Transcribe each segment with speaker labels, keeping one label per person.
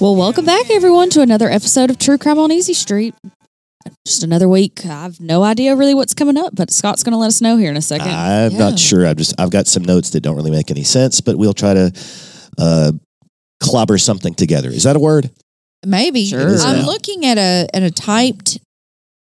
Speaker 1: Well, welcome back, everyone, to another episode of True Crime on Easy Street. Just another week. I've no idea really what's coming up, but Scott's going to let us know here in a second.
Speaker 2: I'm
Speaker 1: Yeah.
Speaker 2: not sure. I've just I've got some notes that don't really make any sense, but we'll try to uh, clobber something together. Is that a word?
Speaker 3: Maybe.
Speaker 1: Sure. It is
Speaker 3: I'm
Speaker 2: now.
Speaker 3: looking at a at a typed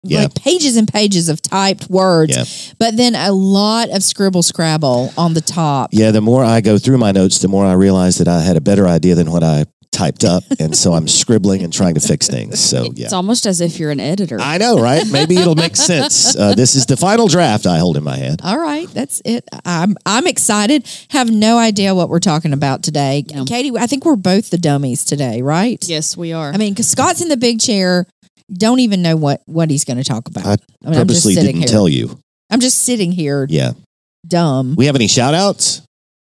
Speaker 2: Yeah.
Speaker 3: like pages and pages of typed words,
Speaker 2: Yeah.
Speaker 3: but then a lot of scribble scrabble on the top.
Speaker 2: Yeah. The more I go through my notes, the more I realize that I had a better idea than what I typed up, and so I'm scribbling and trying to fix things. So yeah.
Speaker 1: It's almost as if you're an editor.
Speaker 2: I know, right? Maybe it'll make sense. Uh, this is the final draft I hold in my hand.
Speaker 3: All right, that's it. I'm I'm excited. Have no idea what we're talking about today.
Speaker 1: No.
Speaker 3: Katie, I think we're both the dummies today, right?
Speaker 1: yes, we are.
Speaker 3: I mean, 'cause Scott's in the big chair, don't even know what what he's going to talk about.
Speaker 2: I
Speaker 3: mean, I'm just
Speaker 2: Purposely
Speaker 3: sitting
Speaker 2: didn't
Speaker 3: here.
Speaker 2: tell you.
Speaker 3: I'm just sitting here
Speaker 2: Yeah.
Speaker 3: dumb.
Speaker 2: We have any shout outs?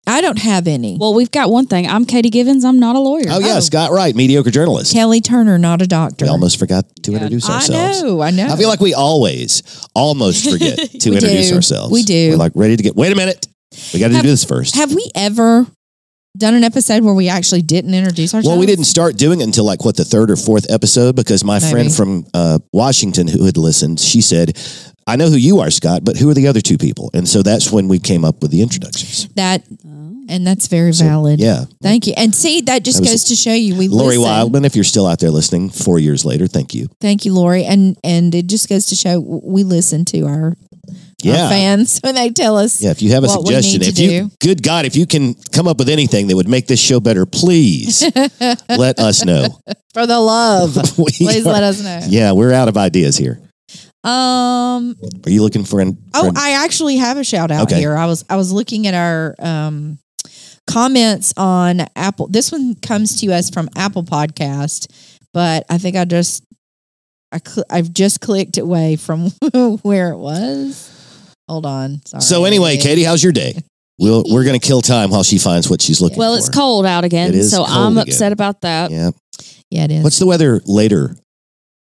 Speaker 3: I don't have any.
Speaker 1: well, we've got one thing. I'm Katie Givens. I'm not a lawyer.
Speaker 2: Oh, yeah.
Speaker 3: Oh.
Speaker 2: Scott Wright, mediocre journalist.
Speaker 3: Kelly Turner, not a doctor.
Speaker 2: We almost forgot to
Speaker 1: Yeah.
Speaker 2: introduce
Speaker 3: I
Speaker 2: ourselves.
Speaker 3: know. I know.
Speaker 2: I feel like we always almost forget to
Speaker 3: We
Speaker 2: introduce
Speaker 3: do.
Speaker 2: ourselves.
Speaker 3: We do.
Speaker 2: We're like ready to get. Wait a minute. We got to do
Speaker 3: Have-
Speaker 2: this first.
Speaker 3: Have we ever done an episode where we actually didn't introduce ourselves?
Speaker 2: well, we didn't start doing it until like what the third or fourth episode because my
Speaker 3: Maybe.
Speaker 2: friend from uh, Washington who had listened, she said, "I know who you are, Scott, but who are the other two people?" And so that's when we came up with the introductions.
Speaker 3: That,
Speaker 1: Oh.
Speaker 3: and that's very
Speaker 2: So,
Speaker 3: valid.
Speaker 2: Yeah,
Speaker 3: Thank you. And see, that just
Speaker 2: That was-
Speaker 3: goes to show you we
Speaker 2: Lori
Speaker 3: listen.
Speaker 2: Wildman, if you're still out there listening, four years later, thank you.
Speaker 3: Thank you, Lori. And and it just goes to show we listen to our,
Speaker 2: Yeah.
Speaker 3: our fans when they tell us.
Speaker 2: Yeah, if you have a
Speaker 3: What we
Speaker 2: suggestion,
Speaker 3: need
Speaker 2: if
Speaker 3: to
Speaker 2: you,
Speaker 3: do.
Speaker 2: good God, if you can come up with anything that would make this show better, please let us know.
Speaker 3: For the love.
Speaker 2: We
Speaker 3: Please
Speaker 2: are-
Speaker 3: let us know.
Speaker 2: Yeah, we're out of ideas here.
Speaker 3: Um
Speaker 2: Are you looking for an? for
Speaker 3: Oh,
Speaker 2: an-
Speaker 3: I actually have a shout out
Speaker 2: Okay.
Speaker 3: here. I was I was looking at our um, comments on Apple. This one comes to us from Apple Podcast, but I think I just I cl- I've just clicked away from where it was. Hold on. Sorry.
Speaker 2: so anyway, Katie, how's your day? We'll, we're going to kill time while she finds what she's looking
Speaker 1: Well,
Speaker 2: for.
Speaker 1: it's cold out again,
Speaker 2: It is
Speaker 1: so
Speaker 2: cold
Speaker 1: I'm
Speaker 2: again.
Speaker 1: upset about that.
Speaker 2: Yeah.
Speaker 3: Yeah, it is.
Speaker 2: What's the weather later?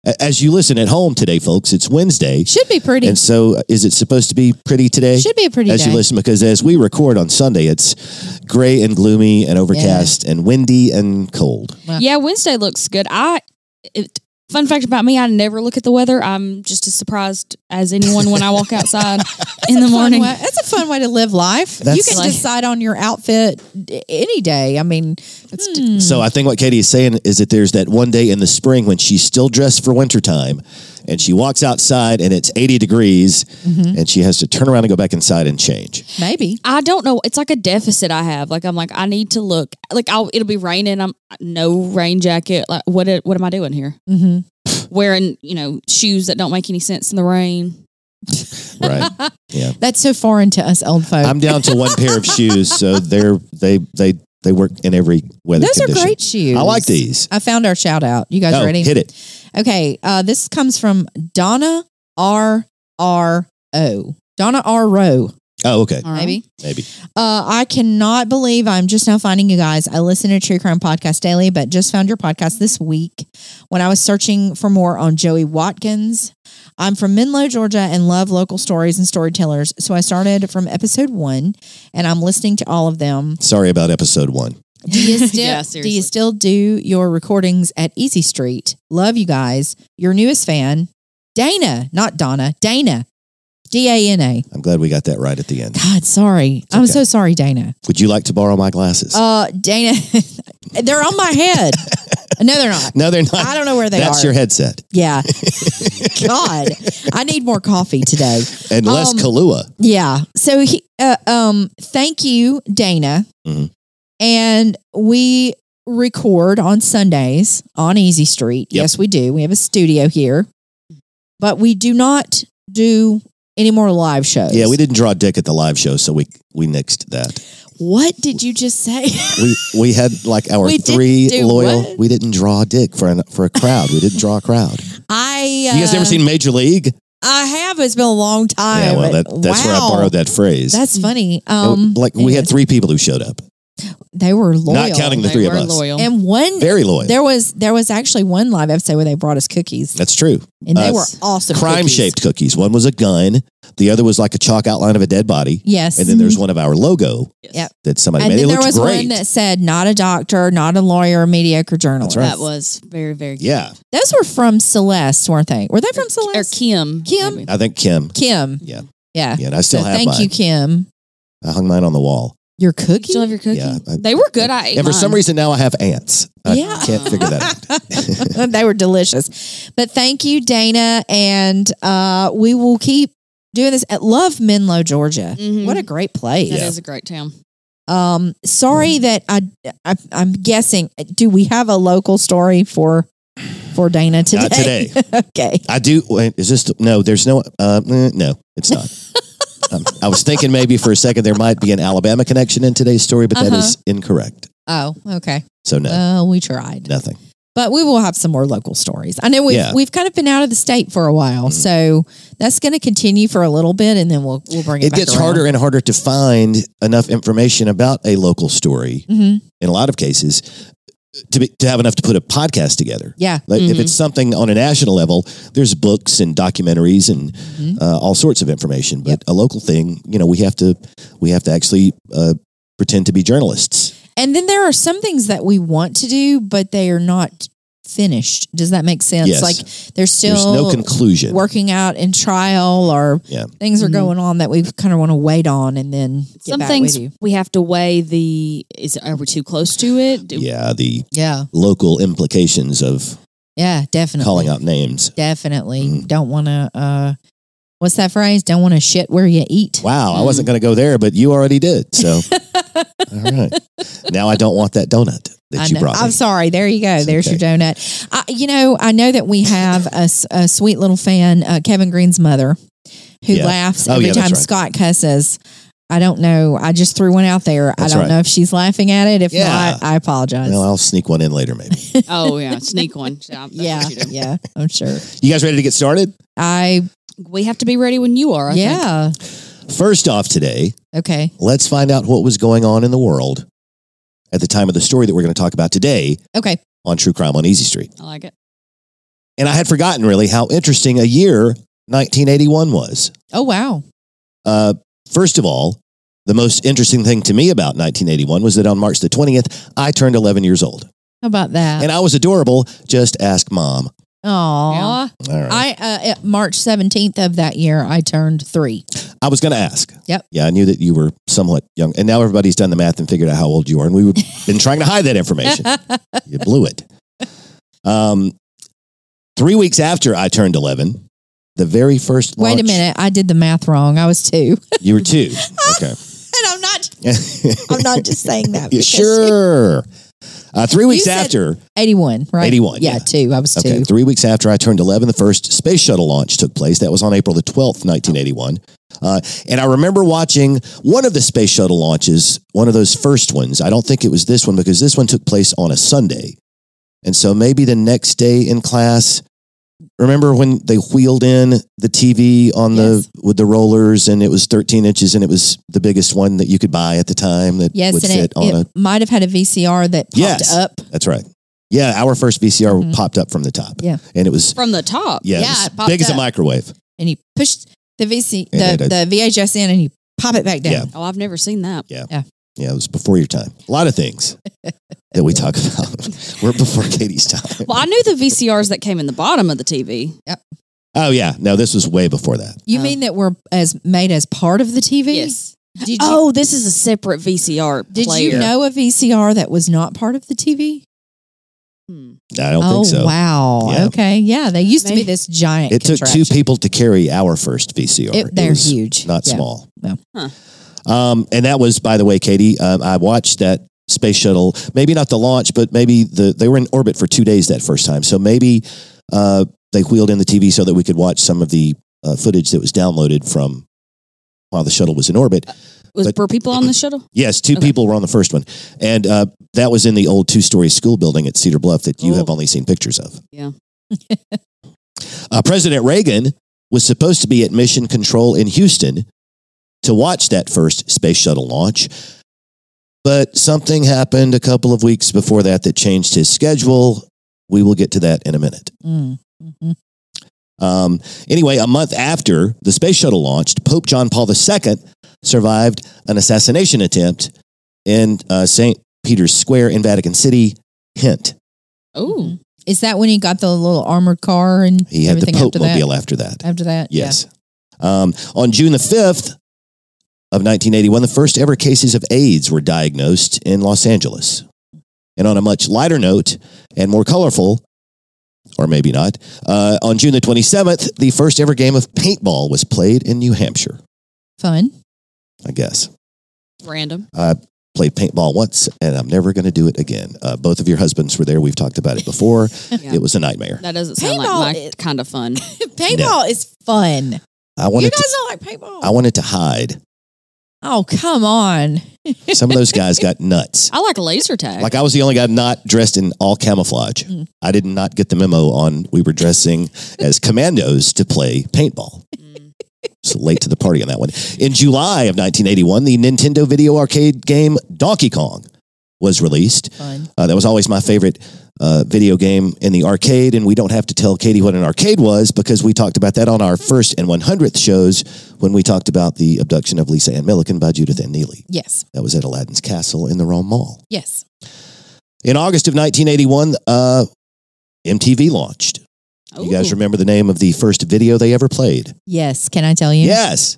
Speaker 2: A- As you listen at home today, folks, it's Wednesday,
Speaker 3: should be pretty.
Speaker 2: and so uh, is it supposed to be pretty today?
Speaker 3: Should be a pretty
Speaker 2: as
Speaker 3: day.
Speaker 2: you listen, because as we record on Sunday, it's gray and gloomy and overcast and windy and cold.
Speaker 1: Yeah, Wednesday looks good. I it, fun fact about me, I never look at the weather. I'm just as surprised as anyone when I walk outside in the
Speaker 3: That's a fun
Speaker 1: morning.
Speaker 3: way- that's a fun way to live life. you
Speaker 2: That's-
Speaker 3: can
Speaker 1: Like-
Speaker 3: decide on your outfit d- any day. I mean, hmm.
Speaker 2: So I think what Katie is saying is that there's that one day in the spring when she's still dressed for wintertime and she walks outside and it's 80 degrees
Speaker 3: Mm-hmm.
Speaker 2: and she has to turn around and go back inside and change.
Speaker 3: maybe.
Speaker 1: I don't know. It's like a deficit I have. Like I'm like I need to look. Like I'll it'll be raining. I'm no rain jacket. Like what? a- What am I doing here?
Speaker 3: hmm
Speaker 1: Wearing you know shoes that don't make any sense in the rain.
Speaker 2: Right. yeah.
Speaker 3: That's so foreign to us old folks.
Speaker 2: I'm down to one pair of shoes. So they're, they, they, they work in every weather
Speaker 3: Those
Speaker 2: condition.
Speaker 3: are great shoes.
Speaker 2: I like these.
Speaker 3: I found our shout out. You guys
Speaker 2: Oh,
Speaker 3: ready?
Speaker 2: hit it.
Speaker 3: Okay. Uh, this comes from Donna R R O. Donna R Rowe,
Speaker 2: Oh, okay.
Speaker 1: All right.
Speaker 3: maybe.
Speaker 2: Maybe.
Speaker 3: Uh, I cannot believe I'm just now finding you guys. I listen to True Crime Podcast daily, but just found your podcast this week when I was searching for more on Joey Watkins. I'm from Menlo, Georgia, and love local stories and storytellers. So I started from episode one, and I'm listening to all of them.
Speaker 2: Sorry about episode one.
Speaker 3: Do you still
Speaker 1: Yeah,
Speaker 3: do you
Speaker 1: seriously.
Speaker 3: still do your recordings at Easy Street? Love you guys. Your newest fan, Dana, not Donna, Dana. D A N A.
Speaker 2: I'm glad we got that right at the end.
Speaker 3: God, sorry. I'm
Speaker 2: okay.
Speaker 3: so sorry, Dana.
Speaker 2: Would you like to borrow my glasses?
Speaker 3: Uh Dana they're on my head. no, they're not.
Speaker 2: no, they're not.
Speaker 3: I don't know where they
Speaker 2: That's
Speaker 3: are.
Speaker 2: your headset.
Speaker 3: yeah. God. I need more coffee today.
Speaker 2: And less
Speaker 3: Um,
Speaker 2: Kahlua.
Speaker 3: Yeah. So he, uh, um, thank you, Dana.
Speaker 2: Mhm.
Speaker 3: And we record on Sundays on Easy Street.
Speaker 2: Yep.
Speaker 3: Yes, we do. We have a studio here. but we do not do any more live shows.
Speaker 2: Yeah, we didn't draw dick at the live show, so we we nixed that.
Speaker 3: What did you just say?
Speaker 2: We we had like our
Speaker 3: We didn't
Speaker 2: three
Speaker 3: do
Speaker 2: loyal.
Speaker 3: what?
Speaker 2: We didn't draw dick for an, for a crowd. We didn't draw a crowd.
Speaker 3: I uh,
Speaker 2: you guys never seen Major League?
Speaker 3: I have. It's been a long time.
Speaker 2: yeah, well, that, that's where I
Speaker 3: Wow.
Speaker 2: borrowed that phrase.
Speaker 3: That's funny.
Speaker 2: And we-
Speaker 3: Um,
Speaker 2: like we
Speaker 3: yeah,
Speaker 2: had three people who showed up,
Speaker 3: they were loyal.
Speaker 2: not counting the
Speaker 1: They
Speaker 2: three of
Speaker 1: were
Speaker 2: us.
Speaker 1: loyal.
Speaker 3: and one
Speaker 2: Very loyal.
Speaker 3: there was there was actually one live episode where they brought us cookies,
Speaker 2: That's true.
Speaker 3: and they
Speaker 2: Uh,
Speaker 3: were awesome.
Speaker 2: Crime
Speaker 3: cookies.
Speaker 2: shaped cookies. One was a gun. The other was like a chalk outline of a dead body.
Speaker 3: Yes,
Speaker 2: And then there's one of our logo
Speaker 3: Yep.
Speaker 2: that somebody
Speaker 3: Mm-hmm. And
Speaker 2: made.
Speaker 3: then
Speaker 2: It
Speaker 3: there
Speaker 2: looked
Speaker 3: was
Speaker 2: great.
Speaker 3: one that said, "Not a doctor, not a lawyer, a mediocre journalist."
Speaker 2: right.
Speaker 1: That was very, very good.
Speaker 2: yeah,
Speaker 3: Those were from Celeste, weren't they? Were they from
Speaker 1: Or
Speaker 3: Celeste?
Speaker 1: Kim.
Speaker 3: Kim?
Speaker 1: maybe.
Speaker 2: I think Kim.
Speaker 3: Kim.
Speaker 2: Yeah.
Speaker 3: Yeah.
Speaker 2: Yeah, and I still
Speaker 3: so
Speaker 2: have
Speaker 3: thank
Speaker 2: mine.
Speaker 3: you, Kim.
Speaker 2: I hung mine on the wall.
Speaker 3: Your cookie.
Speaker 1: Still have your cookie?
Speaker 2: Yeah, I-
Speaker 1: they were good. I ate
Speaker 2: And for some
Speaker 1: mine.
Speaker 2: reason now I have ants. I
Speaker 3: Yeah.
Speaker 2: can't figure that out.
Speaker 3: they were delicious. But thank you, Dana. And uh, we will keep doing this at Love Menlo, Georgia.
Speaker 1: Mhm.
Speaker 3: What a great place.
Speaker 1: That is a great town.
Speaker 3: Um, sorry
Speaker 2: Mm.
Speaker 3: that I, I, I'm guessing, do we have a local story for, for Dana today?
Speaker 2: Not today.
Speaker 3: okay.
Speaker 2: I do. Wait, is this no? There's no. Uh, eh, no, it's not. um, I was thinking maybe for a second there might be an Alabama connection in today's story, but that
Speaker 3: Uh-huh. Uh,
Speaker 2: is incorrect.
Speaker 3: Oh, okay.
Speaker 2: So no,
Speaker 3: Well, we tried.
Speaker 2: nothing.
Speaker 3: but we will have some more local stories. I know we've
Speaker 2: Yeah.
Speaker 3: we've kind of been out of the state for a while,
Speaker 2: Mhm.
Speaker 3: so that's going to continue for a little bit, and then we'll we'll bring it.
Speaker 2: It
Speaker 3: back
Speaker 2: gets
Speaker 3: around.
Speaker 2: harder and harder to find enough information about a local story
Speaker 3: Mhm.
Speaker 2: in a lot of cases uh, to be, to have enough to put a podcast together.
Speaker 3: Yeah,
Speaker 2: Like if
Speaker 1: Mhm.
Speaker 3: Mm-hmm.
Speaker 2: it's something on a national level, there's books and documentaries and
Speaker 3: Mm-hmm.
Speaker 2: uh, all sorts of information. But a local thing, you know, we have to we have to actually uh, pretend to be journalists.
Speaker 3: and then there are some things that we want to do, but they are not finished. Does that make sense?
Speaker 2: Yes.
Speaker 3: Like there's still
Speaker 2: There's no conclusion.
Speaker 3: working out in trial, or
Speaker 2: Yeah.
Speaker 3: things are
Speaker 1: Mhm.
Speaker 3: going on that we kind of want to wait on, and then get
Speaker 1: Some
Speaker 3: back
Speaker 1: things
Speaker 3: with you.
Speaker 1: we have to weigh the is are we too close to it? Do-
Speaker 2: Yeah, the
Speaker 3: Yeah,
Speaker 2: local implications of
Speaker 3: yeah, definitely
Speaker 2: calling out names.
Speaker 3: Definitely
Speaker 2: Mhm.
Speaker 3: don't want to. uh What's that phrase? Don't want to shit where you eat.
Speaker 2: Wow, I wasn't going to go there, but you already did. So, all right. Now I don't want that donut that
Speaker 3: I
Speaker 2: you
Speaker 3: know.
Speaker 2: brought me.
Speaker 3: I'm sorry. There you go.
Speaker 2: It's
Speaker 3: There's
Speaker 2: okay.
Speaker 3: your donut. I, you know, I know that we have a, s- a sweet little fan, uh, Kevin Green's mother, who
Speaker 2: Yeah.
Speaker 3: laughs
Speaker 2: Oh,
Speaker 3: every
Speaker 2: yeah, that's
Speaker 3: time
Speaker 2: right.
Speaker 3: Scott cusses. I don't know. I just threw one out there.
Speaker 2: That's
Speaker 3: I don't
Speaker 2: right.
Speaker 3: know if she's laughing at it. If
Speaker 2: Yeah.
Speaker 3: not, I apologize.
Speaker 2: Well, I'll sneak one in later, maybe.
Speaker 1: Oh yeah, sneak one. Yeah, that's
Speaker 3: yeah,
Speaker 1: what you do.
Speaker 3: yeah, I'm sure.
Speaker 2: You guys ready to get started?
Speaker 3: I
Speaker 1: We have to be ready when you are. I think.
Speaker 3: yeah.
Speaker 2: First off, today,
Speaker 3: Okay.
Speaker 2: let's find out what was going on in the world at the time of the story that we're going to talk about today
Speaker 3: Okay.
Speaker 2: on True Crime on Easy Street.
Speaker 1: I like it.
Speaker 2: And I had forgotten really how interesting a year 1981 was.
Speaker 3: Oh wow.
Speaker 2: Uh, first of all, the most interesting thing to me about 1981 was that on March the 20th, I turned 11 years old.
Speaker 3: How about that?
Speaker 2: And I was adorable. Just ask mom.
Speaker 3: Aw.
Speaker 2: All right. I,
Speaker 3: I uh, at March 17th of that year, I turned three.
Speaker 2: was going to ask.
Speaker 3: Yep.
Speaker 2: Yeah, I knew that you were somewhat young. And now everybody's done the math and figured out how old you are. And we've been trying to hide that information. you blew it. Um, three weeks after I turned 11, the very first
Speaker 3: Wait a
Speaker 2: launch-
Speaker 3: minute, I did the math wrong. I was two,
Speaker 2: You were two. Okay.
Speaker 3: and I'm not. I'm not just saying that.
Speaker 2: Yeah,
Speaker 3: because-
Speaker 2: sure. Uh, three weeks
Speaker 3: said-
Speaker 2: after.
Speaker 3: 81, right?
Speaker 2: 81,
Speaker 3: Yeah,
Speaker 2: yeah.
Speaker 3: two. I was two.
Speaker 2: Okay, three weeks after I turned 11, the first space shuttle launch took place. That was on April the 12th, 1981. Uh, and I remember watching one of the space shuttle launches, one of those first ones. I don't think it was this one because this one took place on a Sunday. And so maybe the next day in class, remember when they wheeled in the TV on
Speaker 3: Yes.
Speaker 2: the with the rollers and it was 13 inches and it was the biggest one that you could buy at the time that
Speaker 3: Yes,
Speaker 2: would
Speaker 3: and
Speaker 2: fit
Speaker 3: it,
Speaker 2: on
Speaker 3: it might have had a VCR that popped
Speaker 2: Yes.
Speaker 3: up.
Speaker 2: a. That's right. Yeah, our first VCR
Speaker 3: Mhm.
Speaker 2: popped up from the top.
Speaker 3: Yeah.
Speaker 2: And it was
Speaker 1: From the top.
Speaker 2: yeah, it
Speaker 3: Yeah,
Speaker 2: was
Speaker 3: it popped
Speaker 2: big as a
Speaker 3: up.
Speaker 2: microwave.
Speaker 3: And you pushed the VC,
Speaker 2: And
Speaker 3: the,
Speaker 2: it-
Speaker 3: the VHS in, and you pop it back down.
Speaker 2: Yeah.
Speaker 1: Oh, I've never seen that.
Speaker 2: Yeah, it was before your time. A lot of things that we talk about were before Katie's time.
Speaker 1: Well, I knew the VCRs that came in the bottom of the TV.
Speaker 2: Oh yeah, no, this was way before that.
Speaker 3: You
Speaker 1: Oh.
Speaker 3: mean that we're as made as part of the TV? Did you,
Speaker 1: Oh, this is a separate VCR
Speaker 3: did
Speaker 1: player.
Speaker 3: you know a VCR that was not part of the TV?
Speaker 1: Hmm.
Speaker 2: I don't
Speaker 3: oh
Speaker 2: think so.
Speaker 3: wow.
Speaker 2: Yeah.
Speaker 3: Okay. Yeah. They used to be
Speaker 1: Maybe-
Speaker 3: this giant.
Speaker 2: It took two
Speaker 3: contraption.
Speaker 2: people to carry our first VCR.
Speaker 3: It- they're
Speaker 2: was
Speaker 3: huge.
Speaker 2: not
Speaker 3: Yeah.
Speaker 2: small.
Speaker 3: No.
Speaker 1: Huh.
Speaker 2: Um, and that was, by the way, Katie. Um, I watched that space shuttle. Maybe not the launch, but maybe the they were in orbit for two days that first time. So maybe uh, they wheeled in the TV so that we could watch some of the uh, footage that was downloaded from while the shuttle was in orbit.
Speaker 1: Was
Speaker 2: But-
Speaker 1: were people on the shuttle?
Speaker 2: Yes, two
Speaker 1: Okay.
Speaker 2: people were on the first one, and uh, that was in the old two-story school building at Cedar Bluff that you
Speaker 1: Cool.
Speaker 2: have only seen pictures of.
Speaker 1: Oh. Yeah.
Speaker 2: uh, President Reagan was supposed to be at Mission Control in Houston to watch that first space shuttle launch, but something happened a couple of weeks before that that changed his schedule. We will get to that in a minute.
Speaker 3: Mm. Mhm.
Speaker 2: Um, anyway, a month after the space shuttle launched, Pope John Paul II survived an assassination attempt in uh, St. Peter's Square in Vatican City. Hint,
Speaker 1: Oh,
Speaker 3: Is that when he got the little armored car and
Speaker 2: he had
Speaker 3: everything
Speaker 2: the Pope
Speaker 3: after that?
Speaker 2: Mobile after that.
Speaker 3: After that, Yeah.
Speaker 2: Yes. Um, on June the 5th of 1981, the first ever cases of AIDS were diagnosed in Los Angeles. And on a much lighter note and more colorful, or maybe not, uh, on June the 27th, the first ever game of paintball was played in New Hampshire,
Speaker 3: fun.
Speaker 2: I guess.
Speaker 1: random.
Speaker 2: I played paintball once and I'm never going to do it again. Uh, both of your husbands were there. We've talked about it before.
Speaker 1: Yeah.
Speaker 2: It was a nightmare.
Speaker 1: That doesn't sound
Speaker 3: Paintball
Speaker 1: like my
Speaker 3: is-
Speaker 1: kind of fun.
Speaker 3: paintball is fun.
Speaker 2: I
Speaker 3: You
Speaker 2: wanted,
Speaker 3: guys
Speaker 2: to,
Speaker 3: don't like paintball?
Speaker 2: I wanted to hide.
Speaker 3: oh, come on.
Speaker 2: Some of those guys got nuts.
Speaker 1: I like laser tag.
Speaker 2: Like I was the only guy not dressed in all camouflage.
Speaker 3: Mm.
Speaker 2: I did not get the memo on we were dressing as commandos to play paintball.
Speaker 1: Mm.
Speaker 2: So late to the party on that one. In July of 1981, the Nintendo video arcade game Donkey Kong was released.
Speaker 3: Fun.
Speaker 2: Uh, that was always my favorite uh, video game in the arcade, and we don't have to tell Katie what an arcade was because we talked about that on our first and 100th shows when we talked about the abduction of Lisa Ann Milliken by Judith Ann Neely.
Speaker 3: Yes.
Speaker 2: That was at Aladdin's Castle in the Rome Mall.
Speaker 3: Yes.
Speaker 2: In August of 1981, uh, MTV launched. You guys
Speaker 1: Ooh.
Speaker 2: remember the name of the first video they ever played?
Speaker 3: Yes. Can I tell you?
Speaker 2: Yes,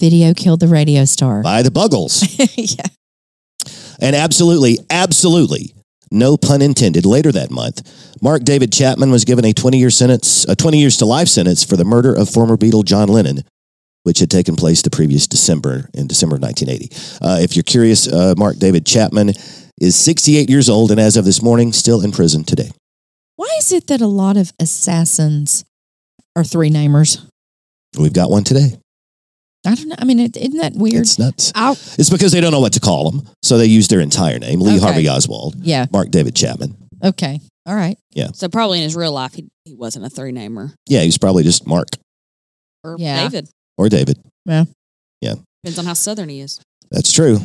Speaker 3: Video killed the radio star.
Speaker 2: by the Buggles.
Speaker 3: yeah.
Speaker 2: and absolutely, absolutely, no pun intended, later that month, Mark David Chapman was given a 20 year sentence, a 20 years to life sentence for the murder of former Beatle John Lennon. Which had taken place the previous December in December of 1980. Uh, if you're curious, uh, Mark David Chapman is 68 years old and, as of this morning, still in prison today.
Speaker 3: Why is it that a lot of assassins are three namers?
Speaker 2: We've got one today.
Speaker 3: I don't know. I mean, it, isn't that weird?
Speaker 2: It's nuts.
Speaker 3: I'll-
Speaker 2: It's because they don't know what to call them, so they use their entire name: Lee
Speaker 3: Okay.
Speaker 2: Harvey Oswald,
Speaker 3: yeah.
Speaker 2: Mark David Chapman.
Speaker 3: Okay. All right.
Speaker 1: So probably in his real life, he, he wasn't a three namer
Speaker 2: Yeah, he's probably just Mark
Speaker 1: or
Speaker 3: Yeah.
Speaker 1: David.
Speaker 2: or David.
Speaker 1: Depends on how southern he is.
Speaker 2: That's true.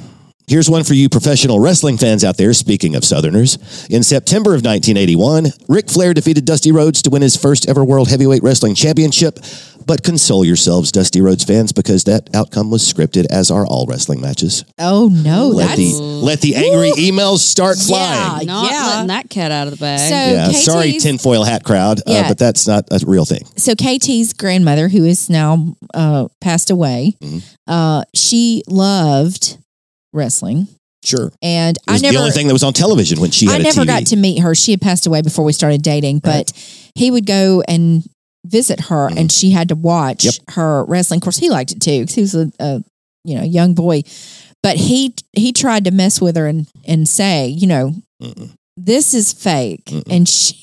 Speaker 2: Here's one for you professional wrestling fans out there. Speaking of Southerners, in September of 1981, Ric Flair defeated Dusty Rhodes to win his first ever World Heavyweight Wrestling Championship. But console yourselves, Dusty Rhodes fans, because that outcome was scripted, as are all wrestling matches.
Speaker 3: Oh, no.
Speaker 2: let the
Speaker 3: that's.
Speaker 2: let the angry emails start flying.
Speaker 4: Ah,
Speaker 3: Uh,
Speaker 1: Not
Speaker 3: yeah.
Speaker 1: letting that cat out of the bag.
Speaker 3: So-
Speaker 2: yeah,
Speaker 3: KT's
Speaker 2: sorry, tinfoil hat crowd, uh,
Speaker 3: Yeah.
Speaker 2: but that's not a real thing.
Speaker 3: so KT's grandmother, who is now uh, passed away,
Speaker 2: Mhm.
Speaker 3: uh, she loved wrestling,
Speaker 2: Sure.
Speaker 3: and
Speaker 2: It was
Speaker 3: I
Speaker 2: the
Speaker 3: never,
Speaker 2: only thing that was on television when she had
Speaker 3: I never
Speaker 2: a TV.
Speaker 3: got to meet her. She had passed away before we started dating,
Speaker 2: Right.
Speaker 3: but
Speaker 2: Mm-hmm.
Speaker 3: he would go and visit her, and she had to watch
Speaker 2: Yep.
Speaker 3: her wrestling. Of course, he liked it too because he was a, a you know young boy, but he he tried to mess with her and and say you know
Speaker 2: Mm-mm.
Speaker 3: this is fake,
Speaker 2: Mm-mm.
Speaker 3: and she.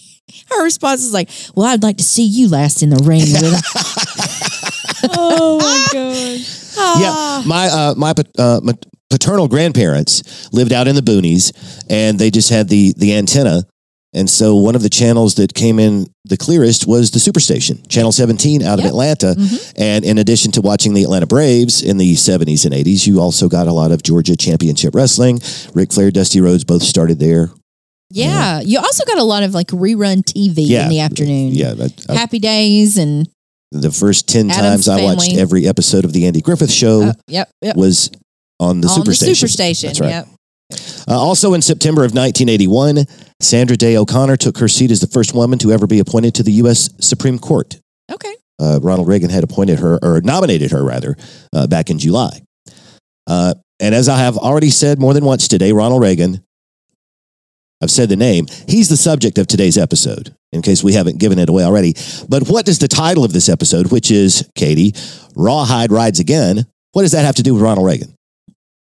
Speaker 3: Her response is like, "Well, I'd like to see you last in the ring." With
Speaker 1: oh my gosh.
Speaker 3: Ah.
Speaker 2: yeah, my uh, my pat- uh, my paternal grandparents lived out in the boonies, and they just had the the antenna, and so one of the channels that came in the clearest was the Superstation, Channel 17 out of
Speaker 3: Yep. Mm-hmm.
Speaker 2: Atlanta. And in addition to watching the Atlanta Braves in the 70s and 80s, you also got a lot of Georgia Championship Wrestling. Ric Flair, Dusty Rhodes both started there.
Speaker 3: Yeah. You also got a lot of like rerun TV
Speaker 2: Yeah.
Speaker 3: in the afternoon.
Speaker 2: Yeah, Oh. that- I-
Speaker 3: Happy Days and
Speaker 2: the first 10
Speaker 3: Addams
Speaker 2: times I watched
Speaker 3: Family.
Speaker 2: every episode of the Andy Griffith Show
Speaker 3: uh, yep, yep.
Speaker 2: was on Oh. the
Speaker 3: On
Speaker 2: Superstation.
Speaker 3: The Superstation.
Speaker 2: That's right.
Speaker 3: Yep.
Speaker 2: Uh, also in September of 1981, Sandra Day O'Connor took her seat as the first woman to ever be appointed to the U.S. Supreme Court.
Speaker 3: Okay.
Speaker 2: Uh, Ronald Reagan had appointed her, or nominated her rather, uh, back in July. Uh, and as I have already said more than once today, Ronald Reagan, I've said the name, he's the subject of today's episode, in case we haven't given it away already. But what does the title of this episode, which is, Katie, Rawhide Rides Again, what does that have to do with Ronald Reagan?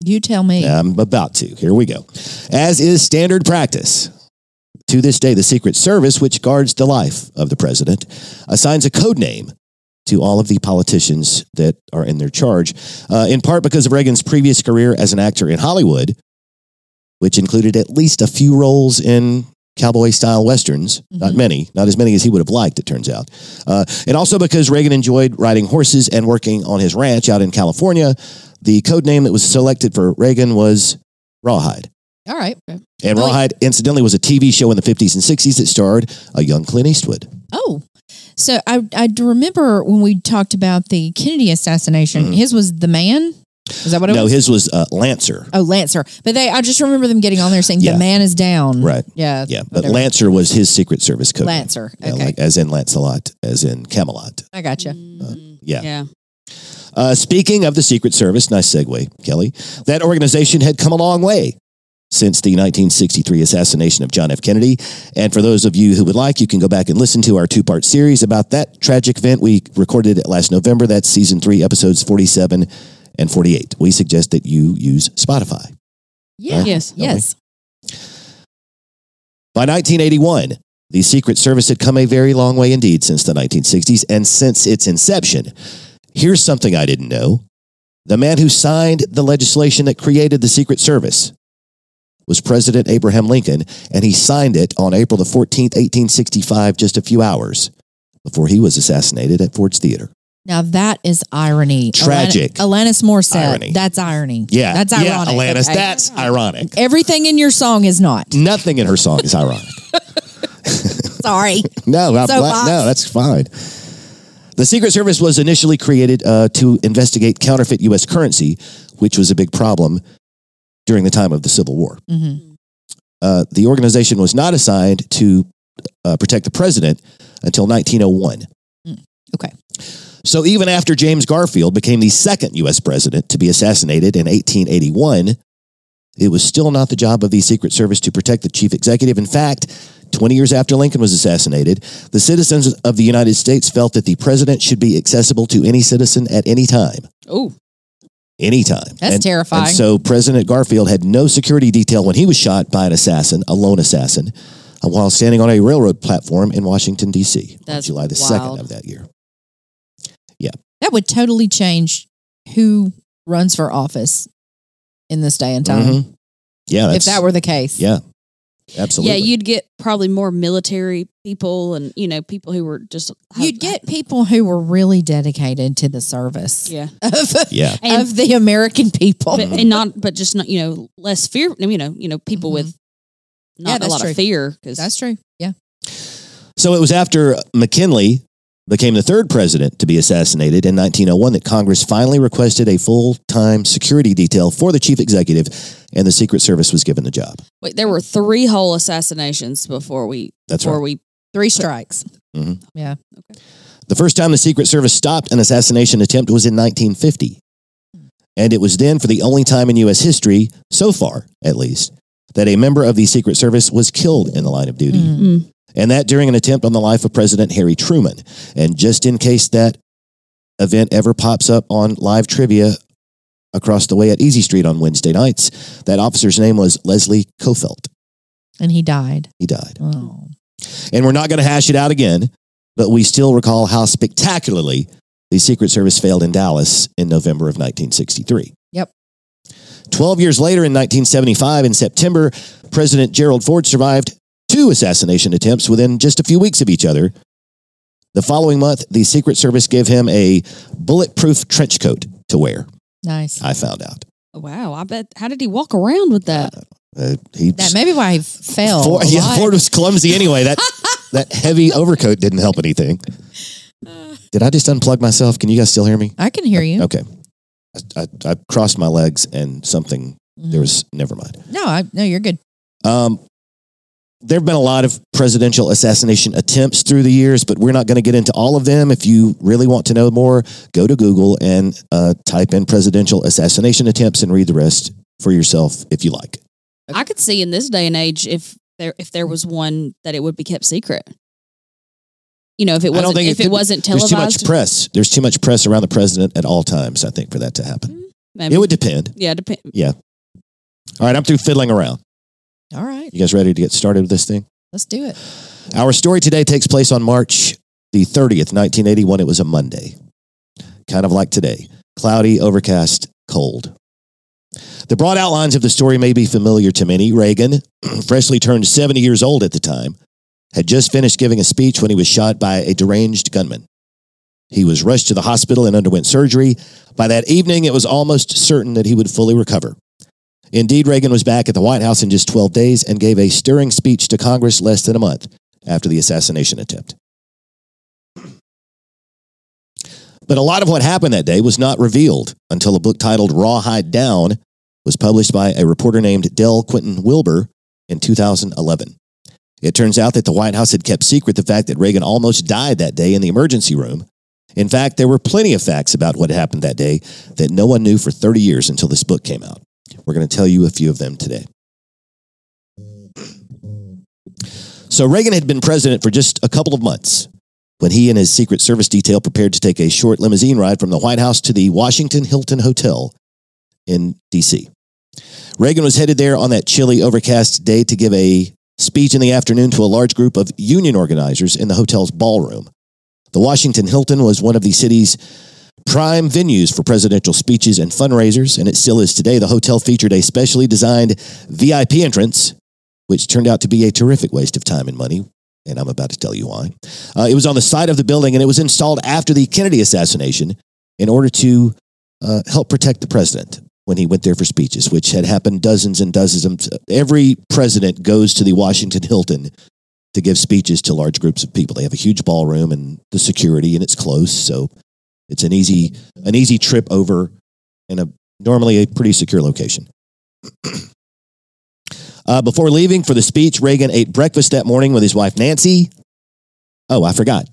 Speaker 3: You tell me.
Speaker 2: I'm about to. Here we go. As is standard practice, To this day, the Secret Service, which guards the life of the president, assigns a code name to all of the politicians that are in their charge, uh, in part because of Reagan's previous career as an actor in Hollywood, which included at least a few roles in cowboy style westerns. Not
Speaker 3: Mhm.
Speaker 2: many, not as many as he would have liked, it turns out. Uh, and also because Reagan enjoyed riding horses and working on his ranch out in California, the code name that was selected for Reagan was Rawhide.
Speaker 3: All right. Oh,
Speaker 2: And
Speaker 3: yeah.
Speaker 2: Rawhide, incidentally, was a TV show in the 50s and 60s that starred a young Clint Eastwood.
Speaker 3: Oh, so I I do remember when we talked about the Kennedy assassination.
Speaker 2: Mhm.
Speaker 3: His was the man. Is that what it
Speaker 2: No,
Speaker 3: was?
Speaker 2: his was uh, Lancer.
Speaker 3: oh, Lancer. But they, I just remember them getting on there saying
Speaker 2: Yeah.
Speaker 3: the man is down.
Speaker 2: Right.
Speaker 3: Yeah.
Speaker 2: Yeah, but
Speaker 3: Uh, whatever.
Speaker 2: Lancer was his Secret Service code. name.
Speaker 3: Lancer. Okay,
Speaker 2: Yeah, like, as in Lancelot, as in Camelot.
Speaker 3: I gotcha.
Speaker 1: Mm,
Speaker 2: yeah.
Speaker 1: Yeah.
Speaker 2: Uh, speaking of the Secret Service, nice segue, Kelly. That organization had come a long way since the 1963 assassination of John F. Kennedy. And for those of you who would like, you can go back and listen to our two part series about that tragic event. We recorded it last November. That's season three, episodes 47 and 48. We suggest that you use Spotify.
Speaker 3: Yeah.
Speaker 1: Yes.
Speaker 3: Yes.
Speaker 2: By 1981, the Secret Service had come a very long way indeed since the 1960s and since its inception. Here's something I didn't know the man who signed the legislation that created the Secret Service was President Abraham Lincoln, and he signed it on April the 14th, 1865, just a few hours before he was assassinated at Ford's Theater.
Speaker 3: Now that is irony.
Speaker 2: Tragic.
Speaker 3: Alan- Alanis Morissette.
Speaker 2: Irony.
Speaker 3: That's irony.
Speaker 2: Yeah.
Speaker 3: That's
Speaker 2: yeah,
Speaker 3: ironic.
Speaker 2: Alanis,
Speaker 3: okay?
Speaker 2: that's Mm. ironic.
Speaker 3: everything in your song is not.
Speaker 2: Nothing in her song is ironic.
Speaker 3: Sorry.
Speaker 2: No, I'm glad,
Speaker 3: Soapbox.
Speaker 2: no, that's fine. The Secret Service was initially created uh, to investigate counterfeit U.S. currency, which was a big problem during the time of the Civil War.
Speaker 3: hmm
Speaker 2: Uh, the organization was not assigned to uh, protect the president until 1901.
Speaker 3: Mm, okay.
Speaker 2: So even after James Garfield became the second U.S. president to be assassinated in 1881, it was still not the job of the Secret Service to protect the chief executive. In fact, 20 years after Lincoln was assassinated, the citizens of the United States felt that the president should be accessible to any citizen at any time.
Speaker 1: Oh.
Speaker 2: Anytime.
Speaker 3: That's
Speaker 2: And-
Speaker 3: terrifying.
Speaker 2: And so President Garfield had no security detail when he was shot by an assassin, a lone assassin, uh, while standing on a railroad platform in Washington, D.C. on
Speaker 1: That's
Speaker 2: July the
Speaker 1: wild.
Speaker 2: 2nd of that year.
Speaker 3: That would totally change who runs for office in this day and time.
Speaker 2: Mhm. Yeah,
Speaker 3: If
Speaker 2: that's,
Speaker 3: that were the case.
Speaker 2: Yeah. absolutely.
Speaker 4: Yeah, you'd get probably more military people and you know people who were just
Speaker 3: You'd get people who were really dedicated to the service
Speaker 4: yeah,
Speaker 3: of,
Speaker 2: yeah.
Speaker 4: And-
Speaker 3: of the American people.
Speaker 4: but,
Speaker 2: Oh.
Speaker 4: and not but just not you know less fear. You know you know people with
Speaker 3: Yeah,
Speaker 1: Mm-hmm.
Speaker 4: not a
Speaker 3: that's
Speaker 4: lot
Speaker 3: true.
Speaker 4: of fear because
Speaker 3: That's true. Yeah.
Speaker 2: So it was after McKinley became the third president to be assassinated in 1901 that Congress finally requested a full time security detail for the chief executive, and the Secret Service was given the job.
Speaker 4: wait, there were three whole assassinations before we
Speaker 2: That's
Speaker 4: before
Speaker 2: right.
Speaker 4: we
Speaker 3: Three strikes.
Speaker 2: The first time the Secret Service stopped an assassination attempt was in 1950. And it was then, for the only time in U.S. history, so far at least, that a member of the Secret Service was killed in the line of duty.
Speaker 3: Mm.
Speaker 2: and that during an attempt on the life of President Harry Truman. And just in case that event ever pops up on live trivia across the way at Easy Street on Wednesday nights, that officer's name was Leslie Kofelt.
Speaker 3: And he died.
Speaker 2: He died.
Speaker 3: Oh.
Speaker 2: And we're not going to hash it out again, but we still recall how spectacularly the Secret Service failed in Dallas in November of 1963.
Speaker 3: Yep.
Speaker 2: 12 years later, in 1975, in September, President Gerald Ford survived two assassination attempts within just a few weeks of each other. The following month, the Secret Service gave him a bulletproof trench coat to wear,
Speaker 3: Nice.
Speaker 2: I found out.
Speaker 4: Oh, wow. I bet how did he walk around with that?
Speaker 2: Uh, he
Speaker 3: that may be why he f- fell.
Speaker 2: Ford,
Speaker 3: a
Speaker 2: yeah,
Speaker 3: lot.
Speaker 2: Ford was clumsy anyway. That that heavy overcoat didn't help anything.
Speaker 3: Uh.
Speaker 2: Did I just unplug myself? Can you guys still hear me?
Speaker 3: I can hear you.
Speaker 2: Okay. I, I, I crossed my legs and something. There was never mind.
Speaker 3: Mm. No, I, no, you're good.
Speaker 2: Um, there have been a lot of presidential assassination attempts through the years, but we're not going to get into all of them. If you really want to know more, go to Google and uh, type in presidential assassination attempts and read the rest for yourself if you like.
Speaker 4: I could see in this day and age if there if there was one that it would be kept secret. You know if it
Speaker 2: I don't
Speaker 4: wasn't
Speaker 2: think
Speaker 4: if
Speaker 2: it
Speaker 4: it,
Speaker 2: could be-
Speaker 4: wasn't
Speaker 2: There's too much
Speaker 4: televised.
Speaker 2: press. There's too much press around the president at all times, I think, for that to happen.
Speaker 4: maybe.
Speaker 2: It would depend.
Speaker 4: yeah depend.
Speaker 2: All right, I'm through fiddling around.
Speaker 3: All right.
Speaker 2: You guys ready to get started with this thing?
Speaker 3: Let's do it.
Speaker 2: Our story today takes place on March the 30th, 1981. It was a Monday, kind of like today cloudy, overcast, cold. The broad outlines of the story may be familiar to many. Reagan, freshly turned 70 years old at the time, had just finished giving a speech when he was shot by a deranged gunman. He was rushed to the hospital and underwent surgery. By that evening, it was almost certain that he would fully recover. Indeed, Reagan was back at the White House in just 12 days and gave a stirring speech to Congress less than a month after the assassination attempt. But a lot of what happened that day was not revealed until a book titled Rawhide Down was published by a reporter named Dell Quinton Wilbur in 2011. It turns out that the White House had kept secret the fact that Reagan almost died that day in the emergency room. In fact, there were plenty of facts about what happened that day that no one knew for 30 years until this book came out. We're going to tell you a few of them today. So Reagan had been president for just a couple of months when he and his Secret Service detail prepared to take a short limousine ride from the White House to the Washington Hilton Hotel in D.C. Reagan was headed there on that chilly, overcast day to give a speech in the afternoon to a large group of union organizers in the hotel's ballroom. The Washington Hilton was one of the city's prime venues for presidential speeches and fundraisers, and it still is today. The hotel featured a specially designed VIP entrance, which turned out to be a terrific waste of time and money. And I'm about to tell you why. Uh, it was on the side of the building, and it was installed after the Kennedy assassination in order to uh, help protect the president when he went there for speeches, which had happened dozens and dozens. Of, every president goes to the Washington Hilton to give speeches to large groups of people. They have a huge ballroom and the security, and it's close, so it's an easy an easy trip over, and a normally a pretty secure location. uh, before leaving for the speech, Reagan ate breakfast that morning with his wife Nancy. Oh, I forgot.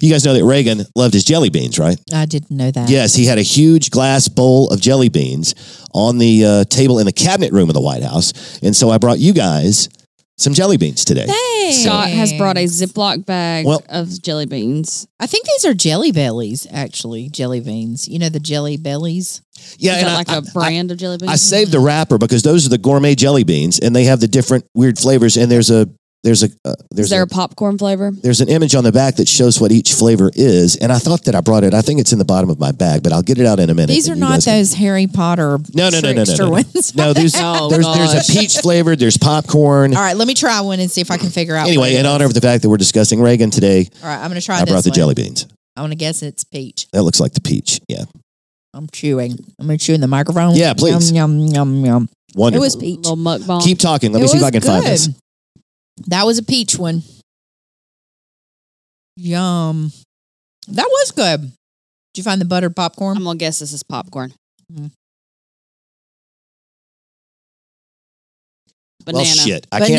Speaker 2: You guys know that Reagan loved his jelly beans, right?
Speaker 3: I didn't know that.
Speaker 2: Yes, he had a huge glass bowl of jelly beans on the uh, table in the cabinet room of the White House. And so I brought you guys some jelly beans today.
Speaker 3: Thanks.
Speaker 4: Scott has brought a Ziploc bag
Speaker 2: Well-
Speaker 4: of jelly beans.
Speaker 3: I think these are jelly bellies, actually. Jelly beans. You know the jelly bellies?
Speaker 2: yeah,
Speaker 4: Is
Speaker 2: and
Speaker 4: that
Speaker 2: I-
Speaker 4: like
Speaker 2: I-
Speaker 4: a brand of jelly beans?
Speaker 2: I saved the wrapper because those are the gourmet jelly beans and they have the different weird flavors. And there's a, there's a, uh,
Speaker 4: Is
Speaker 2: there's
Speaker 4: there
Speaker 2: a,
Speaker 4: a popcorn flavor?
Speaker 2: there's an image on the back that shows what each flavor is. And I thought that I brought it. I think it's in the bottom of my bag, but I'll get it out in a minute.
Speaker 3: These are
Speaker 2: and you
Speaker 3: not
Speaker 2: guys can-
Speaker 3: those Harry Potter
Speaker 2: No, no, no, no, no,
Speaker 3: trickster
Speaker 2: no, no.
Speaker 3: ones.
Speaker 2: No, there's,
Speaker 4: Oh,
Speaker 2: there's, there's a
Speaker 4: gosh.
Speaker 2: peach flavored, there's popcorn.
Speaker 3: All right, let me try one and see if I can figure out. what
Speaker 2: Anyway,
Speaker 3: it
Speaker 2: in
Speaker 3: is.
Speaker 2: honor of the fact that we're discussing Reagan today,
Speaker 3: All right, I'm going to try
Speaker 2: I
Speaker 3: this
Speaker 2: brought the
Speaker 3: one.
Speaker 2: jelly beans.
Speaker 3: I want to guess it's peach.
Speaker 2: That looks like the peach. Yeah.
Speaker 3: I'm chewing. I'm going to chew in the microphone.
Speaker 2: Yeah, please.
Speaker 3: Yum, yum, yum, yum.
Speaker 2: Wonderful.
Speaker 3: It was peach.
Speaker 4: Little mukbang.
Speaker 2: Keep talking. Let
Speaker 3: It
Speaker 2: me see if
Speaker 3: was
Speaker 2: I can find
Speaker 3: good.
Speaker 2: this.
Speaker 3: That was a peach one. Yum. That was good. Did you find the buttered popcorn?
Speaker 4: I'm gonna guess this is popcorn.
Speaker 2: Mm-hmm.
Speaker 3: Mhm.
Speaker 4: Banana.
Speaker 2: Well, shit. I
Speaker 3: banana.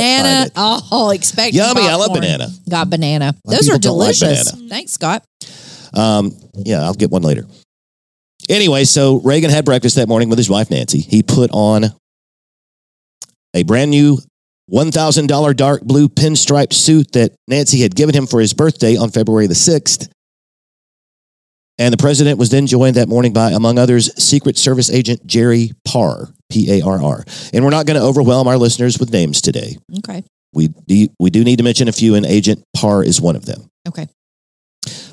Speaker 2: can't find
Speaker 3: Oh, expect
Speaker 2: it. Yummy. I love banana.
Speaker 3: Got banana.
Speaker 2: lot of
Speaker 3: Those are
Speaker 2: people don't like
Speaker 3: delicious. Thanks, Scott.
Speaker 2: Um, yeah, I'll get one later. Anyway, so Reagan had breakfast that morning with his wife, Nancy. He put on a brand new $1,000 dark blue pinstripe suit that Nancy had given him for his birthday on February the 6th. And the president was then joined that morning by, among others, Secret Service agent Jerry Parr, P A R R. And we're not going to overwhelm our listeners with names today.
Speaker 3: Okay.
Speaker 2: We do, we do need to mention a few, and Agent Parr is one of them.
Speaker 3: Okay.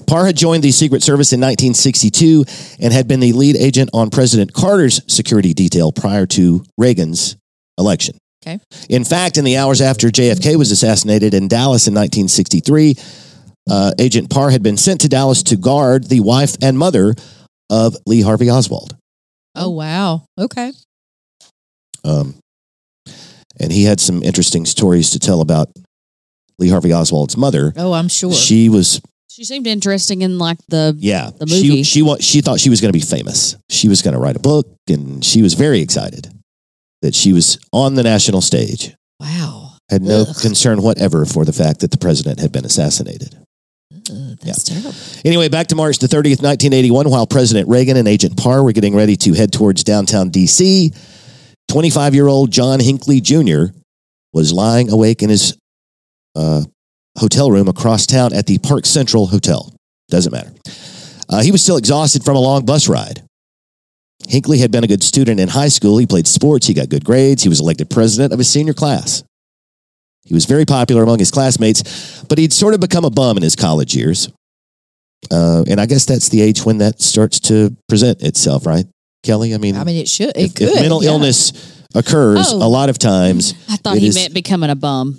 Speaker 2: Parr had joined the Secret Service in 1962 and had been the lead agent on President Carter's security detail prior to Reagan's election.
Speaker 3: Okay.
Speaker 2: In fact, in the hours after JFK was assassinated in Dallas in 1963, uh, Agent Parr had been sent to Dallas to guard the wife and mother of Lee Harvey Oswald.
Speaker 3: Oh, wow. Okay.
Speaker 2: Um, and he had some interesting stories to tell about Lee Harvey Oswald's mother.
Speaker 3: Oh, I'm sure.
Speaker 2: She was,
Speaker 4: She seemed interesting in like the
Speaker 2: yeah.
Speaker 4: The movie.
Speaker 2: She she wa- she thought she was going to be famous. She was going to write a book, and she was very excited that she was on the national stage.
Speaker 3: wow.
Speaker 2: Had no
Speaker 3: Ugh.
Speaker 2: concern whatever for the fact that the president had been assassinated.
Speaker 3: Ugh, that's terrible.
Speaker 2: Anyway, back to March the 30th, 1981, while President Reagan and Agent Parr were getting ready to head towards downtown D.C., 25 year old John Hinckley Jr. was lying awake in his uh, hotel room across town at the Park Central Hotel. Doesn't matter. Uh, he was still exhausted from a long bus ride. Hinckley had been a good student in high school. He played sports. He got good grades. He was elected president of his senior class. He was very popular among his classmates, but he'd sort of become a bum in his college years. Uh, and I guess that's the age when that starts to present itself, right, Kelly? I mean,
Speaker 3: I mean, it should. It
Speaker 2: if,
Speaker 3: could.
Speaker 2: if mental
Speaker 3: yeah.
Speaker 2: illness occurs,
Speaker 4: Oh.
Speaker 2: a lot of times,
Speaker 4: I thought
Speaker 2: It
Speaker 4: he
Speaker 2: is-
Speaker 4: meant becoming a bum.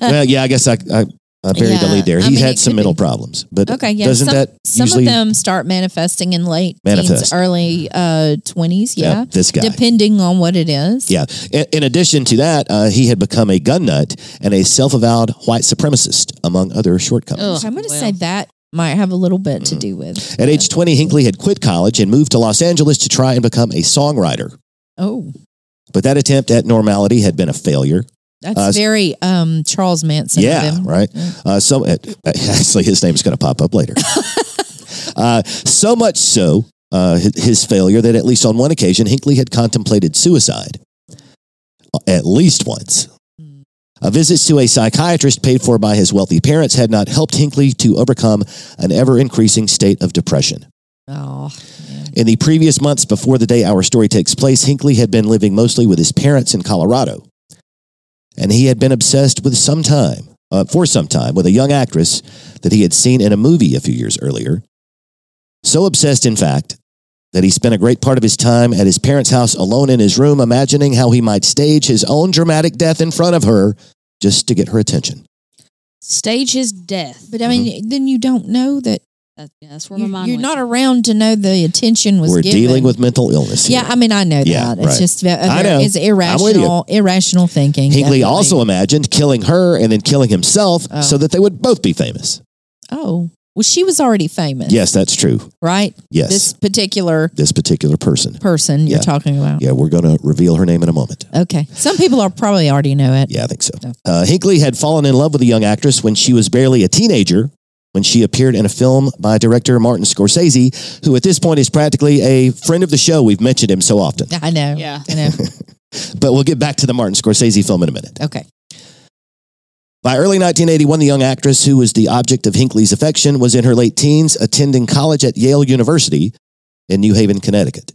Speaker 2: well, yeah, I guess I, I, I buried the
Speaker 3: Yeah,
Speaker 2: lead there.
Speaker 3: I
Speaker 2: He's
Speaker 3: mean,
Speaker 2: had
Speaker 3: it
Speaker 2: some
Speaker 3: could
Speaker 2: mental
Speaker 3: be.
Speaker 2: problems, but
Speaker 3: Okay, yeah.
Speaker 2: doesn't
Speaker 3: some,
Speaker 2: that
Speaker 3: some
Speaker 2: usually
Speaker 3: of them start manifesting in late
Speaker 2: Manifest.
Speaker 3: teens, early uh, 20s.
Speaker 2: Yeah,
Speaker 3: Yeah.
Speaker 2: this guy.
Speaker 3: Depending on what it is.
Speaker 2: Yeah. In, in addition to that, uh, he had become a gun nut and a self avowed white supremacist, among other shortcomings.
Speaker 3: So I'm going to
Speaker 4: Well.
Speaker 3: say that might have a little bit
Speaker 2: Mm.
Speaker 3: to do with.
Speaker 2: At age 20, Hinckley had quit college and moved to Los Angeles to try and become a songwriter.
Speaker 3: Oh,
Speaker 2: But that attempt at normality had been a failure.
Speaker 3: that's
Speaker 2: Uh,
Speaker 3: very um, Charles Manson. of
Speaker 2: yeah,
Speaker 3: him.
Speaker 2: right. Uh, so uh, actually, his name's going to pop up later. uh, so much so, uh, his, his failure that at least on one occasion, Hinckley had contemplated suicide Uh, at least once. A visit to a psychiatrist paid for by his wealthy parents had not helped Hinckley to overcome an ever increasing state of depression.
Speaker 3: Oh, man.
Speaker 2: In the previous months before the day our story takes place, Hinckley had been living mostly with his parents in Colorado. And he had been obsessed with some time, uh, for some time, with a young actress that he had seen in a movie a few years earlier. So obsessed, in fact, that he spent a great part of his time at his parents' house alone in his room, imagining how he might stage his own dramatic death in front of her just to get her attention.
Speaker 4: Stage his death.
Speaker 3: But I mean,
Speaker 2: Mm-hmm.
Speaker 3: then you don't know that
Speaker 4: That- yeah, that's where
Speaker 3: you,
Speaker 4: my mind
Speaker 3: are
Speaker 4: went
Speaker 3: not
Speaker 4: to.
Speaker 3: around to know the attention was
Speaker 2: We're
Speaker 3: given.
Speaker 2: dealing with mental illness.
Speaker 3: Yeah,
Speaker 2: here.
Speaker 3: I mean, I know
Speaker 2: Yeah,
Speaker 3: that. It's
Speaker 2: right.
Speaker 3: just ve-
Speaker 2: I know.
Speaker 3: it's irrational, irrational thinking.
Speaker 2: Hinckley
Speaker 3: definitely.
Speaker 2: also imagined killing her and then killing himself
Speaker 3: Oh.
Speaker 2: so that they would both be famous.
Speaker 3: Oh, well, she was already famous.
Speaker 2: Yes, that's true.
Speaker 3: right.
Speaker 2: Yes.
Speaker 3: This
Speaker 2: This,
Speaker 3: particular
Speaker 2: particular person.
Speaker 3: person you're
Speaker 2: Yeah.
Speaker 3: talking about.
Speaker 2: Yeah, we're going to reveal her name in a moment.
Speaker 3: Okay, some people are probably already know it.
Speaker 2: Yeah, I think so.
Speaker 3: No.
Speaker 2: Uh, Hinckley had fallen in love with a young actress when she was barely a teenager, when she appeared in a film by director Martin Scorsese, who at this point is practically a friend of the show. We've mentioned him so often,
Speaker 3: I know.
Speaker 4: Yeah.
Speaker 3: I know.
Speaker 2: but we'll get back to the Martin Scorsese film in a minute.
Speaker 3: Okay.
Speaker 2: By early 1981, the young actress who was the object of Hinckley's affection was in her late teens, attending college at Yale University in New Haven, Connecticut.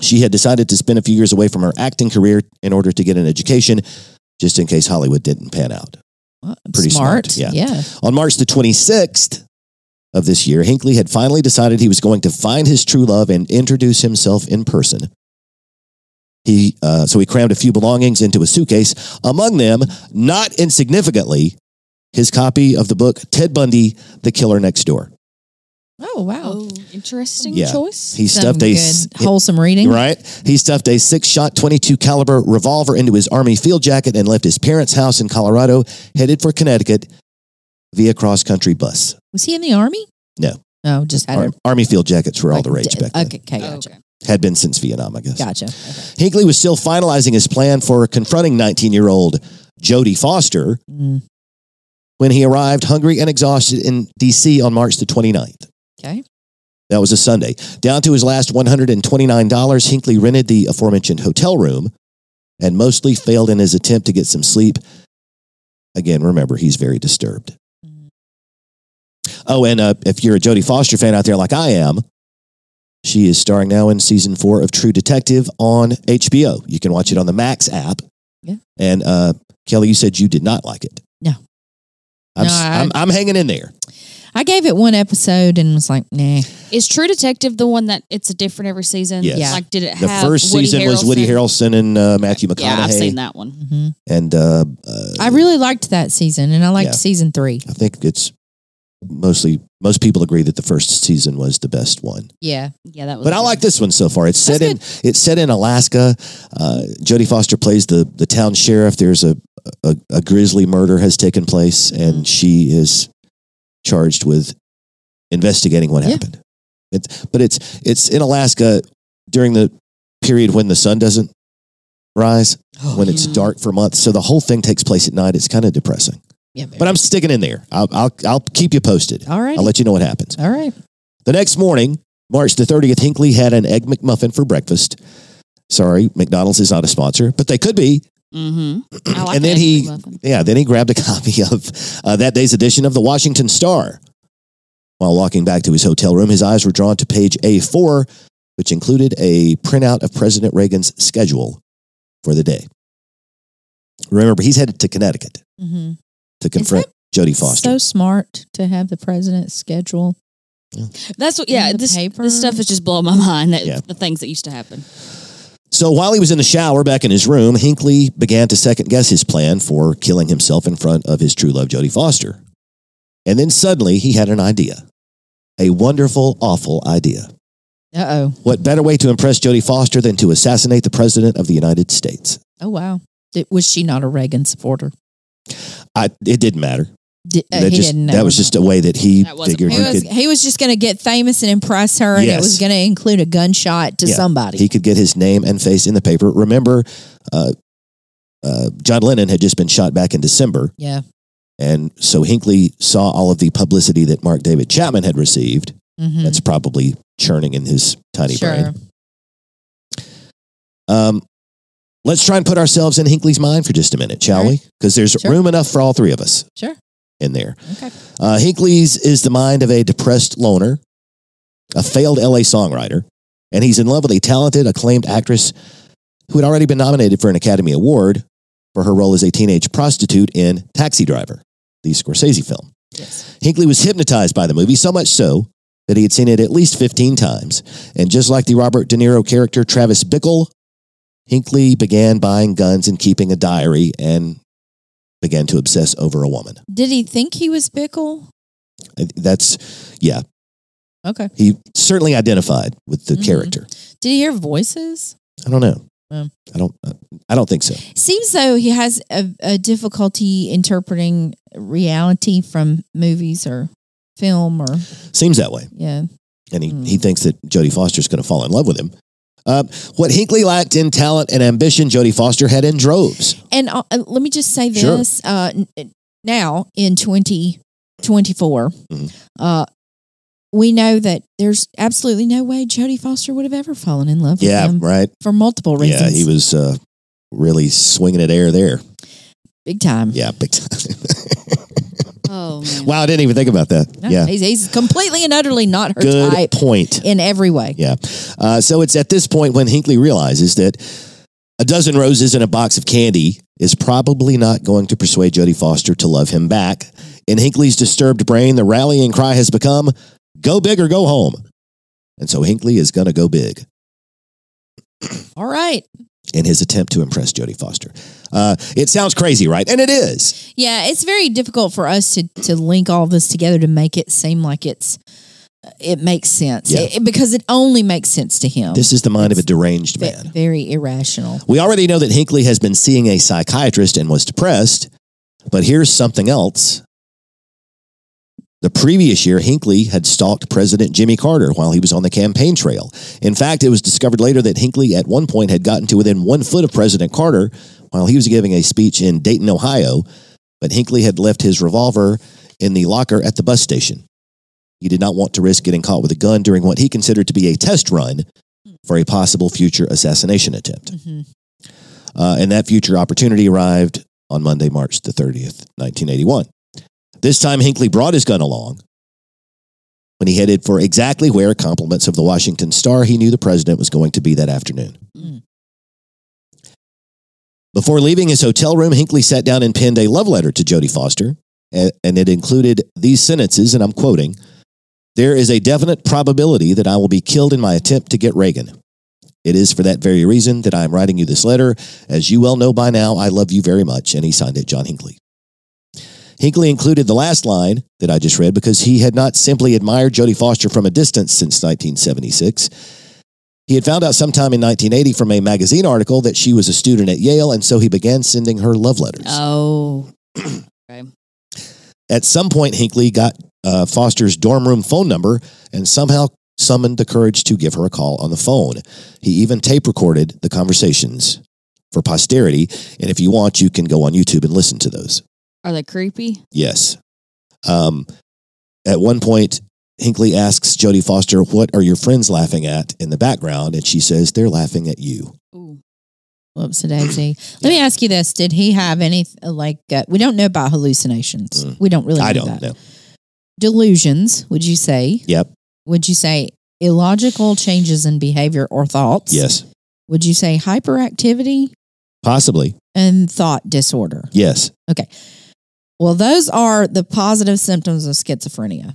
Speaker 2: She had decided to spend a few years away from her acting career in order to get an education, just in case Hollywood didn't pan out.
Speaker 3: Well,
Speaker 2: Pretty smart, yeah.
Speaker 3: yeah.
Speaker 2: On March the 26th of this year, Hinckley had finally decided he was going to find his true love and introduce himself in person. He, uh, so he crammed a few belongings into a suitcase, among them, not insignificantly, his copy of the book Ted Bundy, The Killer Next Door.
Speaker 3: Oh wow.
Speaker 4: Oh, interesting
Speaker 2: Yeah.
Speaker 4: choice.
Speaker 2: He
Speaker 3: Some
Speaker 2: stuffed a
Speaker 3: good,
Speaker 2: s-
Speaker 3: wholesome reading.
Speaker 2: right. He stuffed a six-shot 22 caliber revolver into his army field jacket and left his parents' house in Colorado, headed for Connecticut via cross-country bus.
Speaker 3: Was he in the army?
Speaker 2: No.
Speaker 3: No, just had
Speaker 2: Ar-
Speaker 3: a-
Speaker 2: army field jackets were all the rage
Speaker 3: d-
Speaker 2: back then.
Speaker 3: Okay, okay, gotcha.
Speaker 4: Oh, okay.
Speaker 2: Had been since Vietnam, I guess.
Speaker 3: Gotcha.
Speaker 2: Hinckley was still finalizing his plan for confronting 19 year old Jodie Foster
Speaker 3: Mm,
Speaker 2: when he arrived hungry and exhausted in D.C. on March the 29th.
Speaker 3: okay.
Speaker 2: That was a Sunday. Down to his last $129, Hinckley rented the aforementioned hotel room and mostly failed in his attempt to get some sleep. Again, remember, he's very disturbed. Oh, and uh, if you're a Jodie Foster fan out there like I am, she is starring now in season four of True Detective on HBO. You can watch it on the Max app.
Speaker 3: Yeah.
Speaker 2: And uh, Kelly, you said you did not like it.
Speaker 3: No.
Speaker 2: I'm,
Speaker 3: No,
Speaker 2: s-
Speaker 3: I-
Speaker 2: I'm, I'm hanging in there.
Speaker 3: I gave it one episode and was like, nah.
Speaker 4: Is True Detective the one that it's a different every season?
Speaker 2: Yes.
Speaker 3: Yeah.
Speaker 4: Like, did it
Speaker 2: The
Speaker 4: have
Speaker 2: first
Speaker 4: Woody
Speaker 2: season was Woody Harrelson and uh, Matthew McConaughey.
Speaker 4: Yeah, I've seen that one.
Speaker 3: Mhm.
Speaker 2: And uh, uh,
Speaker 3: I really liked that season, and I liked
Speaker 2: Yeah.
Speaker 3: season three.
Speaker 2: I think it's mostly most people agree that the first season was the best one.
Speaker 3: Yeah.
Speaker 4: Yeah, that was.
Speaker 2: But I like this one so far. It's set in it's set in Alaska. Uh, Jodie Foster plays the the town sheriff. There's a a, a grisly murder has taken place,
Speaker 3: Mm.
Speaker 2: and she is charged with investigating what
Speaker 3: Yeah.
Speaker 2: happened. It's, but it's it's in Alaska during the period when the sun doesn't rise,
Speaker 3: Oh,
Speaker 2: when it's
Speaker 4: yeah.
Speaker 2: dark for months. So the whole thing takes place at night. It's kind of depressing.
Speaker 3: Yeah.
Speaker 2: But I'm sticking in there. I'll, I'll, I'll keep you posted.
Speaker 3: all right.
Speaker 2: I'll let you know what happens.
Speaker 3: all right.
Speaker 2: The next morning, March the 30th, Hinckley had an Egg McMuffin for breakfast. Sorry, McDonald's is not a sponsor, but they could be.
Speaker 4: Mm-hmm. I like
Speaker 2: and then
Speaker 4: that
Speaker 2: he,
Speaker 4: McMuffin.
Speaker 2: yeah, then he grabbed a copy of uh, that day's edition of the Washington Star. While walking back to his hotel room, his eyes were drawn to page A4 which included a printout of President Reagan's schedule for the day. Remember, he's headed to Connecticut
Speaker 3: Mm-hmm.
Speaker 2: to confront Jodie Foster.
Speaker 3: So smart to have the president's schedule.
Speaker 4: That's what. Yeah,
Speaker 3: the
Speaker 4: this
Speaker 3: paper.
Speaker 4: this stuff is just blowing my mind. That
Speaker 2: Yeah.
Speaker 4: the things that used to happen.
Speaker 2: So while he was in the shower back in his room, Hinckley began to second guess his plan for killing himself in front of his true love, Jodie Foster. And then suddenly he had an idea a wonderful, awful idea.
Speaker 3: Uh oh.
Speaker 2: What better way to impress Jodie Foster than to assassinate the President of the United States?
Speaker 3: Oh wow. Did, was she not a Reagan supporter?
Speaker 2: I, it didn't matter.
Speaker 3: Did, uh,
Speaker 2: that,
Speaker 3: he
Speaker 2: just,
Speaker 3: didn't know.
Speaker 2: that was just a way that he
Speaker 4: That wasn't
Speaker 2: figured
Speaker 3: He
Speaker 2: he
Speaker 3: was,
Speaker 2: could,
Speaker 3: he was just going to get famous and impress her, and
Speaker 2: Yes.
Speaker 3: it was going to include a gunshot to
Speaker 2: Yeah.
Speaker 3: somebody.
Speaker 2: he could get his name and face in the paper. Remember, uh, uh, John Lennon had just been shot back in December.
Speaker 3: yeah.
Speaker 2: And so Hinckley saw all of the publicity that Mark David Chapman had received.
Speaker 3: Mm-hmm.
Speaker 2: That's probably churning in his tiny brain.
Speaker 3: sure.
Speaker 2: Um, let's try and put ourselves in Hinckley's mind for just a minute, shall
Speaker 3: All
Speaker 2: we? Because there's
Speaker 3: Sure.
Speaker 2: room enough for all three of us
Speaker 3: Sure.
Speaker 2: in there.
Speaker 3: Okay.
Speaker 2: Uh, Hinckley's is the mind of a depressed loner, a failed LA songwriter, and he's in love with a talented, acclaimed actress who had already been nominated for an Academy Award for her role as a teenage prostitute in Taxi Driver, the Scorsese film. Hinckley was hypnotized by the movie, so much so that he had seen it at least 15 times. And just like the Robert De Niro character Travis Bickle, Hinckley began buying guns and keeping a diary and began to obsess over a woman.
Speaker 3: Did he think he was Bickle?
Speaker 2: That's, yeah,
Speaker 3: Okay.
Speaker 2: he certainly identified with the
Speaker 3: Mhm.
Speaker 2: character.
Speaker 3: Did he hear voices?
Speaker 2: I don't know.
Speaker 3: Um.
Speaker 2: I don't. uh, I don't think so.
Speaker 3: Seems though he has a, a difficulty interpreting reality from movies or film or
Speaker 2: Seems that way.
Speaker 3: yeah.
Speaker 2: and he,
Speaker 3: Hmm.
Speaker 2: he thinks that Jodie Foster's going to fall in love with him. Uh, what Hinckley lacked in talent and ambition, Jodie Foster had in droves.
Speaker 3: And uh, uh, let me just say
Speaker 2: Sure.
Speaker 3: this: uh, n- n- now in twenty twenty four,
Speaker 2: Mhm.
Speaker 3: uh, we know that there's absolutely no way Jodie Foster would have ever fallen in love
Speaker 2: Yeah,
Speaker 3: with him
Speaker 2: right.
Speaker 3: for multiple reasons.
Speaker 2: Yeah, he was uh, really swinging at air there.
Speaker 3: big time.
Speaker 2: Yeah, big time.
Speaker 4: Oh
Speaker 2: wow, I didn't even think about that.
Speaker 3: No,
Speaker 2: yeah,
Speaker 3: he's, he's completely and utterly not her
Speaker 2: good
Speaker 3: type
Speaker 2: point.
Speaker 3: in every way.
Speaker 2: Yeah. Uh, so it's at this point when Hinckley realizes that a dozen roses and a box of candy is probably not going to persuade Jodie Foster to love him back. In Hinckley's disturbed brain, the rallying cry has become go big or go home. And so Hinckley is going to go big
Speaker 3: All right,
Speaker 2: in his attempt to impress Jodie Foster. Uh, it sounds crazy, right? And it is.
Speaker 3: yeah, it's very difficult for us to to link all this together to make it seem like it's it makes sense
Speaker 2: Yeah.
Speaker 3: It- because it only makes sense to him.
Speaker 2: This is the mind of a deranged
Speaker 3: Ve-
Speaker 2: man.
Speaker 3: very irrational.
Speaker 2: We already know that Hinckley has been seeing a psychiatrist and was depressed, but here's something else. The previous year, Hinckley had stalked President Jimmy Carter while he was on the campaign trail. In fact, it was discovered later that Hinckley at one point had gotten to within one foot of President Carter while he was giving a speech in Dayton, Ohio, but Hinckley had left his revolver in the locker at the bus station. He did not want to risk getting caught with a gun during what he considered to be a test run for a possible future assassination attempt.
Speaker 3: hmm
Speaker 2: Uh, and that future opportunity arrived on Monday, March the 30th, 1981. This time, Hinckley brought his gun along when he headed for exactly where compliments of the Washington Star he knew the president was going to be that afternoon.
Speaker 3: Mm.
Speaker 2: Before leaving his hotel room, Hinckley sat down and penned a love letter to Jodie Foster, a- and it included these sentences, and I'm quoting There is a definite probability that I will be killed in my attempt to get Reagan. It is for that very reason that I am writing you this letter. As you well know by now, I love you very much. And he signed it John Hinckley. Hinckley included the last line that I just read because he had not simply admired Jodie Foster from a distance since 1976. He had found out sometime in 1980 from a magazine article that she was a student at Yale, and so he began sending her love letters.
Speaker 4: Oh.
Speaker 2: At some point, Hinckley got uh, Foster's dorm room phone number and somehow summoned the courage to give her a call on the phone. He even tape recorded the conversations for posterity. And if you want, you can go on YouTube and listen to those.
Speaker 4: Are they creepy?
Speaker 2: Yes. Um, at one point, Hinckley asks Jodie Foster, What are your friends laughing at in the background? And she says, They're laughing at you.
Speaker 4: Ooh.
Speaker 3: Whoops, daisy. Let me ask you this: Did he have any like? Uh, we don't know about hallucinations.
Speaker 2: Mm.
Speaker 3: We don't really. Know
Speaker 2: I don't
Speaker 3: that.
Speaker 2: know.
Speaker 3: Delusions? Would you say?
Speaker 2: Yep.
Speaker 3: Would you say illogical changes in behavior or thoughts.
Speaker 2: Yes.
Speaker 3: Would you say hyperactivity
Speaker 2: Possibly.
Speaker 3: and thought disorder?
Speaker 2: Yes.
Speaker 3: Well, those are the positive symptoms of schizophrenia.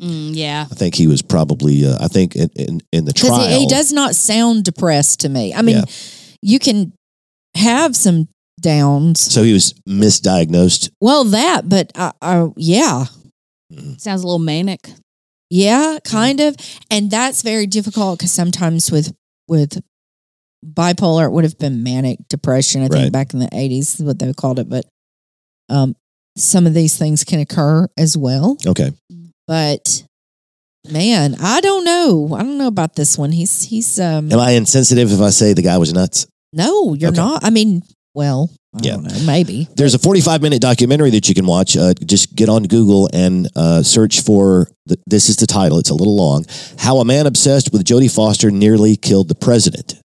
Speaker 4: Mm, yeah.
Speaker 2: I think he was probably, uh, I think in, in, in the trial.
Speaker 3: Because he, he does not sound depressed to me. I mean,
Speaker 2: Yeah.
Speaker 3: you can have some downs.
Speaker 2: So he was misdiagnosed.
Speaker 3: Well, that, but I, I, yeah,
Speaker 4: Sounds a little manic.
Speaker 3: yeah, kind of, and that's very difficult because sometimes with with bipolar, it would have been manic depression. I think
Speaker 2: Right.
Speaker 3: back in the eighties, what they called it, but um, some of these things can occur as well.
Speaker 2: Okay.
Speaker 3: But man, I don't know. I don't know about this one. He's he's um.
Speaker 2: Am I insensitive if I say the guy was nuts?
Speaker 3: No, you're
Speaker 2: Okay.
Speaker 3: not. I mean, well, I
Speaker 2: Yeah.
Speaker 3: don't know, maybe.
Speaker 2: There's a 45 minute documentary that you can watch. Uh, just get on Google and uh, search for the, this is the title. It's a little long. How a man obsessed with Jodie Foster nearly killed the president.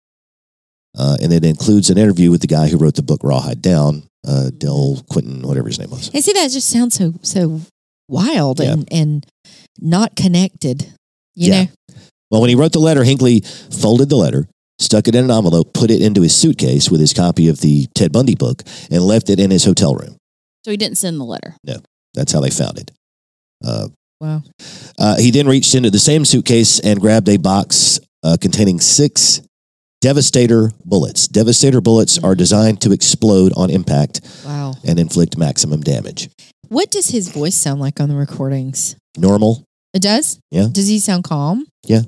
Speaker 2: Uh, and it includes an interview with the guy who wrote the book Rawhide Down, uh, Del Quinton, whatever his name was.
Speaker 3: And see, that just sounds so so wild
Speaker 2: Yeah.
Speaker 3: and and not connected. You
Speaker 2: Yeah.
Speaker 3: know,
Speaker 2: Well, when he wrote the letter, Hinckley folded the letter, stuck it in an envelope, put it into his suitcase with his copy of the Ted Bundy book, and left it in his hotel room.
Speaker 4: So he didn't send the letter.
Speaker 2: That's how they found it. Uh,
Speaker 3: wow.
Speaker 2: Uh, he then reached into the same suitcase and grabbed a box uh, containing six Devastator bullets. Devastator bullets are designed to explode on impact
Speaker 3: Wow.
Speaker 2: and inflict maximum damage.
Speaker 3: What does his voice sound like on the recordings?
Speaker 2: Normal?
Speaker 3: It does?
Speaker 2: Yeah.
Speaker 3: Does he sound calm?
Speaker 2: Yeah.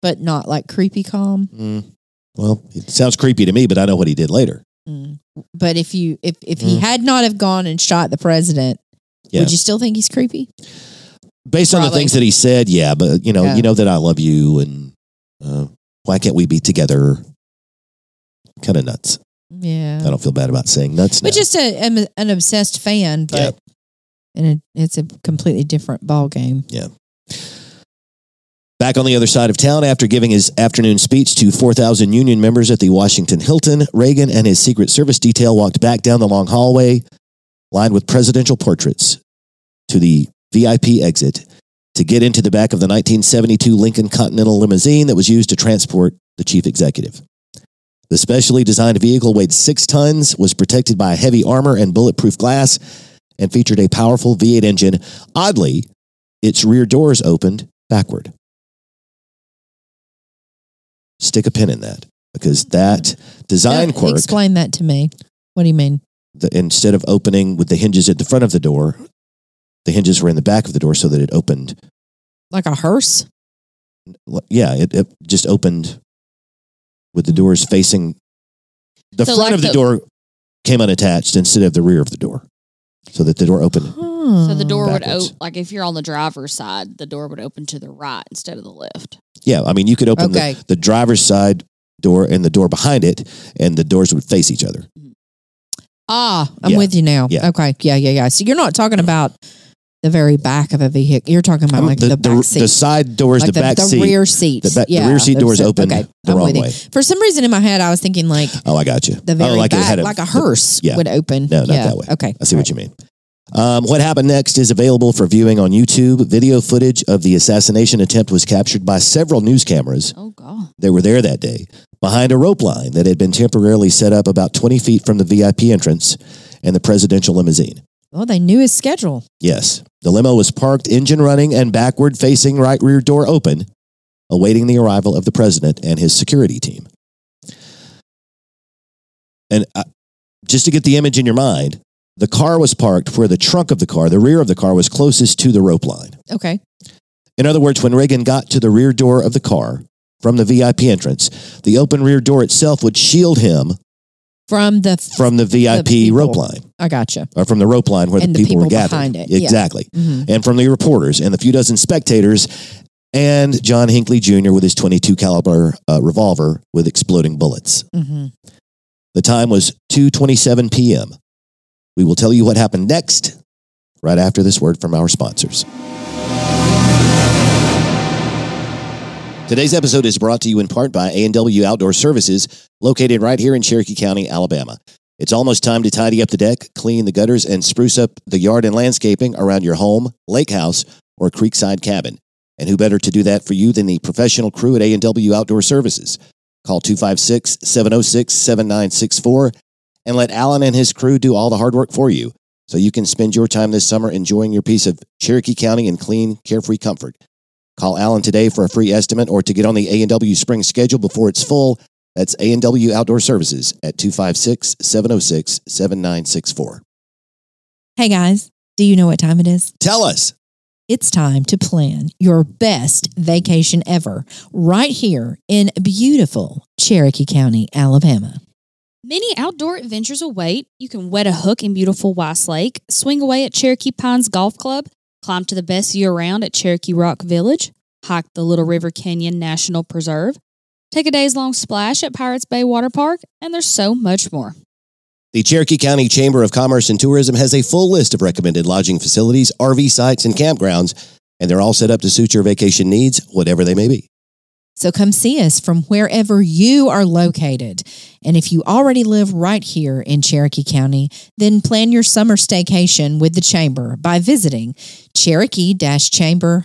Speaker 3: But not like creepy calm.
Speaker 2: Mm. Well, it sounds creepy to me, but I know what he did later.
Speaker 3: Mm. But if you if if he
Speaker 2: Mm.
Speaker 3: had not have gone and shot the president,
Speaker 2: Yeah.
Speaker 3: would you still think he's creepy?
Speaker 2: Based on the
Speaker 3: Probably.
Speaker 2: things that he said, yeah, but you know,
Speaker 3: Yeah.
Speaker 2: you know that I love you and uh, why can't we be together? Kind of nuts.
Speaker 3: Yeah.
Speaker 2: I don't feel bad about saying nuts now.
Speaker 3: But just a, am an obsessed fan, but
Speaker 2: Yep.
Speaker 3: and it, it's a completely different ball game.
Speaker 2: Back on the other side of town after giving his afternoon speech to 4,000 union members at the Washington Hilton, Reagan and his Secret Service detail walked back down the long hallway lined with presidential portraits to the VIP exit to get into the back of the 1972 Lincoln Continental limousine that was used to transport the chief executive. The specially designed vehicle weighed six tons, was protected by heavy armor and bulletproof glass, and featured a powerful V8 engine. Oddly, its rear doors opened backward stick a pin in that because that design
Speaker 3: Uh,
Speaker 2: quirk,
Speaker 3: Explain that to me. What do you mean?
Speaker 2: the, instead of opening with the hinges at the front of the door, the hinges were in the back of the door so that it opened.
Speaker 3: Like a hearse?
Speaker 2: l- Yeah, it, it just opened with the doors facing the
Speaker 4: So
Speaker 2: front
Speaker 4: like
Speaker 2: of the,
Speaker 4: the-
Speaker 2: door came unattached instead of the rear of the door so that the door opened.
Speaker 4: So
Speaker 3: Hmm.
Speaker 4: the door
Speaker 2: Mm, Backwards.
Speaker 4: would open, like if you're on the driver's side, the door would open to the right instead of the left.
Speaker 2: Yeah, I mean, you could open
Speaker 3: Okay.
Speaker 2: the, the driver's side door and the door behind it, and the doors would face each other.
Speaker 3: Ah, I'm
Speaker 2: Yeah.
Speaker 3: with you now.
Speaker 2: Yeah.
Speaker 3: Okay. Yeah, yeah, yeah. So you're not talking about the very back of a vehicle. You're talking about
Speaker 2: I'm-
Speaker 3: like the, back
Speaker 2: Oh, the,
Speaker 3: seat.
Speaker 2: side doors,
Speaker 3: like
Speaker 2: the, back seat.
Speaker 3: rear seat.
Speaker 2: The, back,
Speaker 3: yeah,
Speaker 2: the rear seat
Speaker 3: that's
Speaker 2: doors
Speaker 3: it.
Speaker 2: open
Speaker 3: Okay,
Speaker 2: the
Speaker 3: I'm
Speaker 2: wrong
Speaker 3: with you.
Speaker 2: way.
Speaker 3: For some reason in my head, I was thinking like
Speaker 2: Oh, I got you.
Speaker 3: the very
Speaker 2: oh, like
Speaker 3: back,
Speaker 2: it had a,
Speaker 3: like a hearse
Speaker 2: yeah.
Speaker 3: would open.
Speaker 2: No, not
Speaker 3: yeah.
Speaker 2: that way.
Speaker 3: Okay.
Speaker 2: I see what you mean. Um, what happened next is available for viewing on YouTube. Video footage of the assassination attempt was captured by several news cameras
Speaker 4: Oh god.
Speaker 2: that were there that day behind a rope line that had been temporarily set up about 20 feet from the VIP entrance and the presidential limousine.
Speaker 3: Well, they knew his schedule.
Speaker 2: Yes, the limo was parked, engine running, and backward facing right rear door open, awaiting the arrival of the president and his security team. And uh, just to get the image in your mind, the car was parked where the trunk of the car, the rear of the car, was closest to the rope line.
Speaker 3: Okay.
Speaker 2: In other words, when Reagan got to the rear door of the car from the VIP entrance, the open rear door itself would shield him
Speaker 3: From the
Speaker 2: from the VIP
Speaker 3: people.
Speaker 2: rope line
Speaker 3: I gotcha.
Speaker 2: or from the rope line where
Speaker 3: And
Speaker 2: the people, were gathered.
Speaker 3: behind it, yeah.
Speaker 2: Exactly
Speaker 3: Mhm.
Speaker 2: and from the reporters and the few dozen spectators and John Hinckley Jr. with his 22 caliber uh, revolver with exploding bullets.
Speaker 3: Mhm.
Speaker 2: The time was 2:27 p.m. We will tell you what happened next right after this word from our sponsors. Today's episode is brought to you in part by A&W Outdoor Services, located right here in Cherokee County, Alabama. It's almost time to tidy up the deck, clean the gutters, and spruce up the yard and landscaping around your home, lake house, or creekside cabin. And who better to do that for you than the professional crew at A&W Outdoor Services? Call 256-706-7964 and let Alan and his crew do all the hard work for you so you can spend your time this summer enjoying your piece of Cherokee County in clean, carefree comfort. Call Alan today for a free estimate or to get on the A&W spring schedule before it's full. That's A&W Outdoor Services at 256-706-7964.
Speaker 3: Hey guys, do you know what time it is?
Speaker 2: Tell us.
Speaker 3: It's time to plan your best vacation ever right here in beautiful Cherokee County, Alabama.
Speaker 4: Many outdoor adventures await. You can wet a hook in beautiful Weiss Lake, swing away at Cherokee Pines Golf Club, climb to the best year round at Cherokee Rock Village, hike the Little River Canyon National Preserve, take a day's long splash at Pirates Bay Water Park, and there's so much more.
Speaker 2: The Cherokee County Chamber of Commerce and Tourism has a full list of recommended lodging facilities, RV sites, and campgrounds, and they're all set up to suit your vacation needs, whatever they may be.
Speaker 3: So come see us from wherever you are located. And if you already live right here in Cherokee County, then plan your summer staycation with the Chamber by visiting cherokee-chamber.org.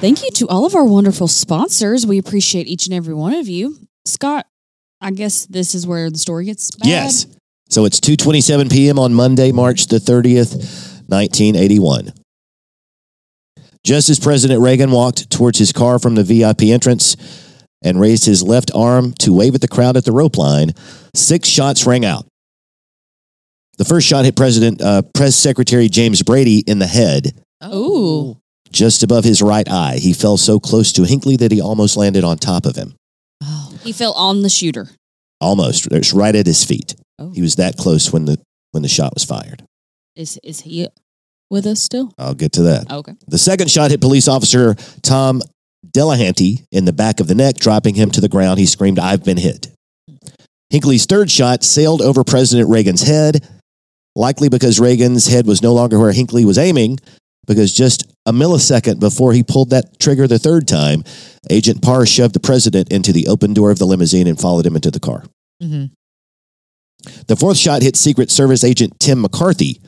Speaker 4: Thank you to all of our wonderful sponsors. We appreciate each and every one of you. Scott, I guess this is where the story gets bad.
Speaker 2: Yes. So it's 2:27 p.m. on Monday, March the 30th, 1981. Just as President Reagan walked towards his car from the VIP entrance and raised his left arm to wave at the crowd at the rope line, six shots rang out. The first shot hit President uh, Press Secretary James Brady in the head,
Speaker 4: Ooh.
Speaker 2: just above his right eye. He fell so close to Hinckley that he almost landed on top of him.
Speaker 4: He fell on the shooter.
Speaker 2: Almost, it's right at his feet.
Speaker 4: Oh.
Speaker 2: He was that close when the when the shot was fired.
Speaker 4: Is is he with us still?
Speaker 2: I'll get to that.
Speaker 4: Okay.
Speaker 2: The second shot hit police officer Tom Delahanty in the back of the neck, dropping him to the ground. He screamed, I've been hit. Hinckley's third shot sailed over President Reagan's head, likely because Reagan's head was no longer where Hinckley was aiming, because just a millisecond before he pulled that trigger the third time, Agent Parr shoved the president into the open door of the limousine and followed him into the car.
Speaker 3: Mhm.
Speaker 2: The fourth shot hit Secret Service agent Tim McCarthy,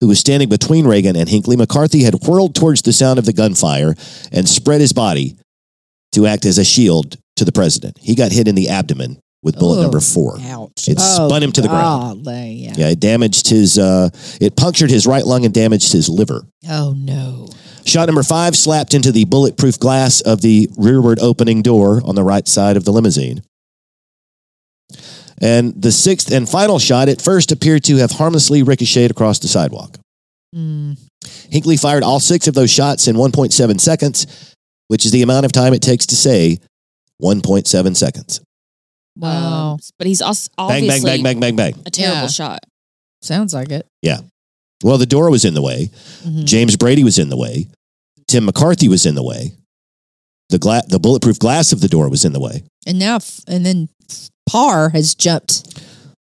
Speaker 2: who was standing between Reagan and Hinckley, McCarthy had whirled towards the sound of the gunfire and spread his body to act as a shield to the president. He got hit in the abdomen with bullet
Speaker 3: Oh,
Speaker 2: number four.
Speaker 3: Ouch. Oh,
Speaker 2: It spun him to the ground.
Speaker 3: golly, yeah.
Speaker 2: Yeah, it damaged his, uh, it punctured his right lung and damaged his liver.
Speaker 3: Oh, no.
Speaker 2: Shot number five slapped into the bulletproof glass of the rearward opening door on the right side of the limousine. And the sixth and final shot at first appeared to have harmlessly ricocheted across the sidewalk.
Speaker 3: Mm.
Speaker 2: Hinckley fired all six of those shots in 1.7 seconds, which is the amount of time it takes to say 1.7 seconds.
Speaker 3: Wow.
Speaker 4: Um, but he's also
Speaker 2: Bang,
Speaker 4: obviously
Speaker 2: bang, bang, bang, bang, bang.
Speaker 4: a terrible
Speaker 3: Yeah.
Speaker 4: shot.
Speaker 3: Sounds like it.
Speaker 2: Well, the door was in the way.
Speaker 3: Mhm.
Speaker 2: James Brady was in the way. Tim McCarthy was in the way. The, gla- the bulletproof glass of the door was in the way.
Speaker 3: And now, f- and then Parr has jumped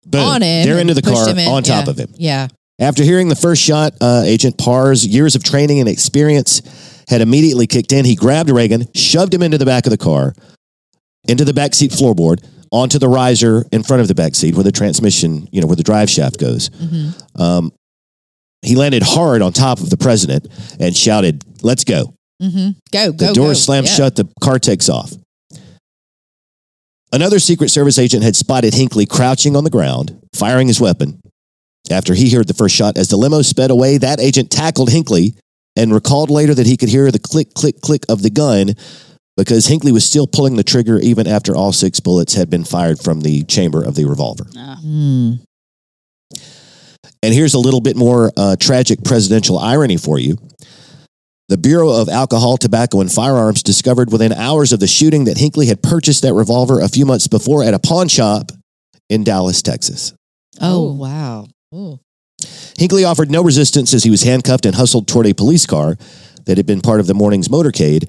Speaker 2: Boom.
Speaker 3: on him.
Speaker 2: They're
Speaker 3: and
Speaker 2: into the
Speaker 3: pushed
Speaker 2: car
Speaker 3: him in.
Speaker 2: on top
Speaker 3: Yeah.
Speaker 2: of him.
Speaker 3: Yeah.
Speaker 2: After hearing the first shot, uh, Agent Parr's years of training and experience had immediately kicked in. He grabbed Reagan, shoved him into the back of the car, into the back seat floorboard, onto the riser in front of the back seat where the transmission, you know, where the drive shaft goes.
Speaker 3: Mhm.
Speaker 2: Um, he landed hard on top of the president and shouted, "Let's go!"
Speaker 3: Mm-hmm. Go,
Speaker 2: The
Speaker 3: go,
Speaker 2: door
Speaker 3: go.
Speaker 2: slams
Speaker 3: Yeah.
Speaker 2: shut. The car takes off. Another Secret Service agent had spotted Hinckley crouching on the ground, firing his weapon. After he heard the first shot, as the limo sped away, that agent tackled Hinckley and recalled later that he could hear the click, click, click of the gun because Hinckley was still pulling the trigger even after all six bullets had been fired from the chamber of the revolver.
Speaker 3: Mm.
Speaker 2: And here's a little bit more uh, tragic presidential irony for you. The Bureau of Alcohol, Tobacco, and Firearms discovered within hours of the shooting that Hinckley had purchased that revolver a few months before at a pawn shop in Dallas, Texas.
Speaker 3: Oh,
Speaker 4: Oh.
Speaker 3: wow. Ooh.
Speaker 2: Hinckley offered no resistance as he was handcuffed and hustled toward a police car that had been part of the morning's motorcade.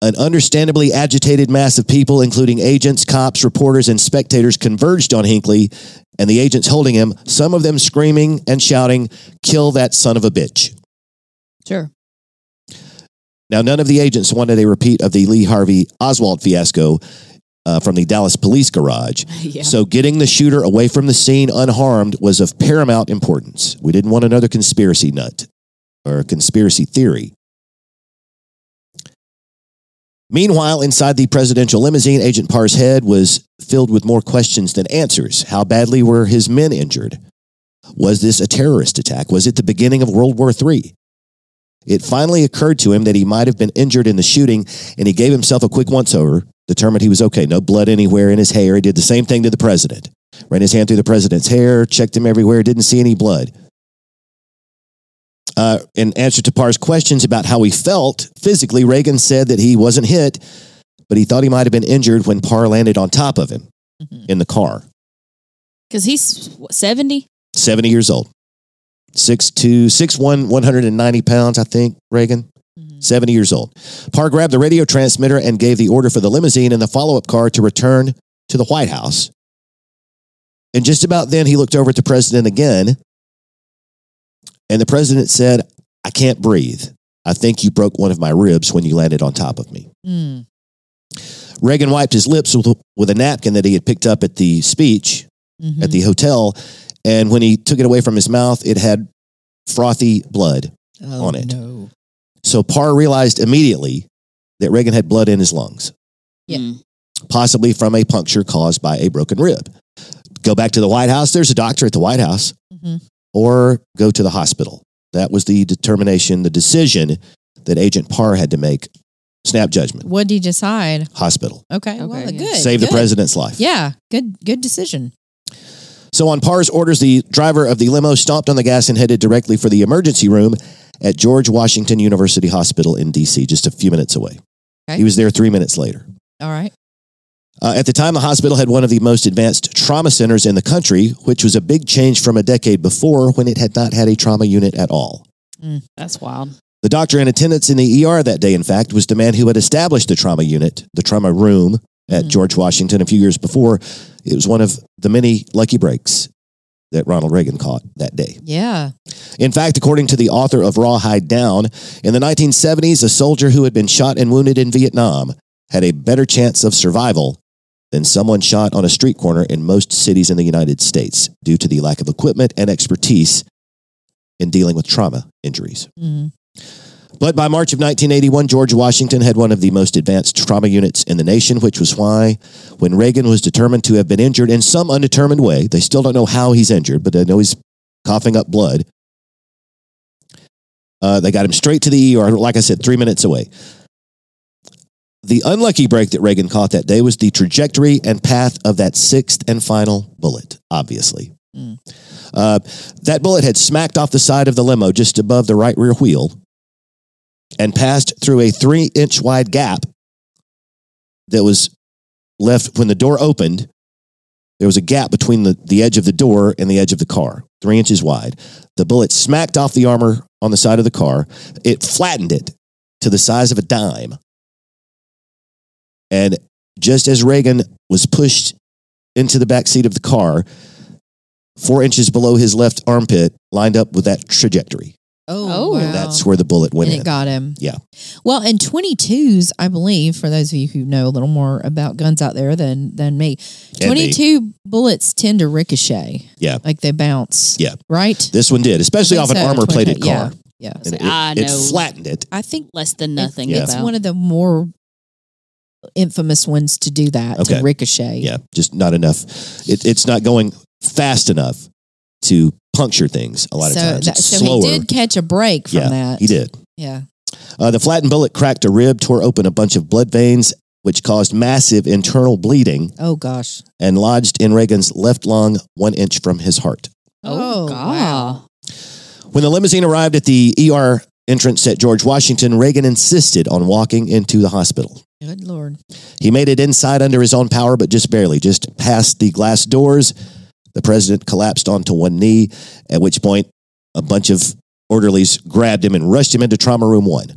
Speaker 2: An understandably agitated mass of people, including agents, cops, reporters, and spectators, converged on Hinckley and the agents holding him, some of them screaming and shouting, Kill that son of a bitch.
Speaker 4: Sure.
Speaker 2: Now, none of the agents wanted a repeat of the Lee Harvey Oswald fiasco uh, from the Dallas police garage.
Speaker 4: Yeah.
Speaker 2: So, getting the shooter away from the scene unharmed was of paramount importance. We didn't want another conspiracy nut or conspiracy theory. Meanwhile, inside the presidential limousine, Agent Parr's head was filled with more questions than answers. How badly were his men injured? Was this a terrorist attack? Was it the beginning of World War III? It finally occurred to him that he might have been injured in the shooting, and he gave himself a quick once over, determined he was okay. No blood anywhere in his hair. He did the same thing to the president. Ran his hand through the president's hair, checked him everywhere, didn't see any blood. Uh, in answer to Parr's questions about how he felt physically, Reagan said that he wasn't hit, but he thought he might have been injured when Parr landed on top of him in the car.
Speaker 4: Because he's what, 70?
Speaker 2: 70 years old. 6'2, 6'1, 190 pounds, I think, Reagan. 70 years old. Parr grabbed the radio transmitter and gave the order for the limousine and the follow up car to return to the White House. And just about then, he looked over at the president again. And the president said, I can't breathe. I think you broke one of my ribs when you landed on top of me.
Speaker 3: Mm.
Speaker 2: Reagan wiped his lips with, with a napkin that he had picked up at the speech
Speaker 3: Mhm.
Speaker 2: at the hotel. And when he took it away from his mouth, it had frothy blood.
Speaker 3: Oh,
Speaker 2: on it.
Speaker 3: No.
Speaker 2: So Parr realized immediately that Reagan had blood in his lungs,
Speaker 3: Yeah.
Speaker 4: Mm.
Speaker 2: possibly from a puncture caused by a broken rib. Go back to the White House. There's a doctor at the White House,
Speaker 3: Mhm.
Speaker 2: or go to the hospital. That was the determination, the decision that Agent Parr had to make. Snap judgment,
Speaker 3: What do you decide?
Speaker 2: hospital,
Speaker 3: Okay.
Speaker 4: Okay,
Speaker 3: well,
Speaker 4: yeah.
Speaker 3: good.
Speaker 2: save the
Speaker 3: good.
Speaker 2: president's life.
Speaker 3: Yeah. Good. Good decision.
Speaker 2: So on Parr's orders, the driver of the limo stomped on the gas and headed directly for the emergency room at George Washington University Hospital in D.C., just a few minutes away.
Speaker 3: Okay.
Speaker 2: He was there three minutes later.
Speaker 3: All right.
Speaker 2: Uh, at the time, the hospital had one of the most advanced trauma centers in the country, which was a big change from a decade before when it had not had a trauma unit at all.
Speaker 4: That's wild.
Speaker 2: The doctor in attendance in the ER that day, in fact, was the man who had established the trauma unit, the trauma room at
Speaker 3: Mhm.
Speaker 2: George Washington a few years before. It was one of the many lucky breaks that Ronald Reagan caught that day.
Speaker 3: Yeah.
Speaker 2: In fact, according to the author of Rawhide Down, in the 1970s, a soldier who had been shot and wounded in Vietnam had a better chance of survival than someone shot on a street corner in most cities in the United States due to the lack of equipment and expertise in dealing with trauma injuries.
Speaker 3: Mhm.
Speaker 2: But by March of 1981, George Washington had one of the most advanced trauma units in the nation, which was why, when Reagan was determined to have been injured in some undetermined way, they still don't know how he's injured, but they know he's coughing up blood. Uh, they got him straight to the ER, like I said, three minutes away. The unlucky break that Reagan caught that day was the trajectory and path of that sixth and final bullet, obviously.
Speaker 3: Mm.
Speaker 2: Uh, that bullet had smacked off the side of the limo just above the right rear wheel and passed through a three inch wide gap that was left when the door opened. There was a gap between the, the edge of the door and the edge of the car, three inches wide. The bullet smacked off the armor on the side of the car. It flattened it to the size of a dime. And just as Reagan was pushed into the back seat of the car, four inches below his left armpit, lined up with that trajectory.
Speaker 3: Oh.
Speaker 4: Oh.
Speaker 3: wow.
Speaker 2: That's where the bullet went
Speaker 3: and
Speaker 2: in.
Speaker 3: it got him.
Speaker 2: Yeah.
Speaker 3: Well, and 22s, I believe, for those of you who know a little more about guns out there than than me,
Speaker 2: And me.
Speaker 3: 22 bullets tend to ricochet.
Speaker 2: Yeah.
Speaker 3: Like they bounce.
Speaker 2: Yeah.
Speaker 3: Right?
Speaker 2: This one did, especially
Speaker 3: I
Speaker 2: off
Speaker 3: think
Speaker 2: an
Speaker 3: so,
Speaker 2: armor plated
Speaker 3: 22,
Speaker 2: car.
Speaker 3: Yeah. "Ah, yeah.
Speaker 2: And
Speaker 4: Say, I
Speaker 2: it,
Speaker 4: know.
Speaker 2: it flattened it.
Speaker 3: I think
Speaker 4: Less than nothing.
Speaker 2: Yeah.
Speaker 3: it's
Speaker 4: about.
Speaker 3: one of the more infamous ones to do that,
Speaker 2: Okay.
Speaker 3: to ricochet.
Speaker 2: Yeah, just not enough. It, it's not going fast enough to puncture things a lot
Speaker 3: so
Speaker 2: of times.
Speaker 3: that-
Speaker 2: it's
Speaker 3: so
Speaker 2: slower.
Speaker 3: he did catch a break from
Speaker 2: yeah,
Speaker 3: that.
Speaker 2: he did.
Speaker 3: Yeah.
Speaker 2: Uh, the flattened bullet cracked a rib, tore open a bunch of blood veins, which caused massive internal bleeding
Speaker 3: Oh, gosh.
Speaker 2: and lodged in Reagan's left lung one inch from his heart.
Speaker 4: Oh,
Speaker 3: Oh,
Speaker 4: God.
Speaker 3: wow.
Speaker 2: When the limousine arrived at the ER entrance at George Washington, Reagan insisted on walking into the hospital.
Speaker 3: Good Lord.
Speaker 2: He made it inside under his own power, but just barely, just past the glass doors The president collapsed onto one knee, at which point a bunch of orderlies grabbed him and rushed him into trauma room one,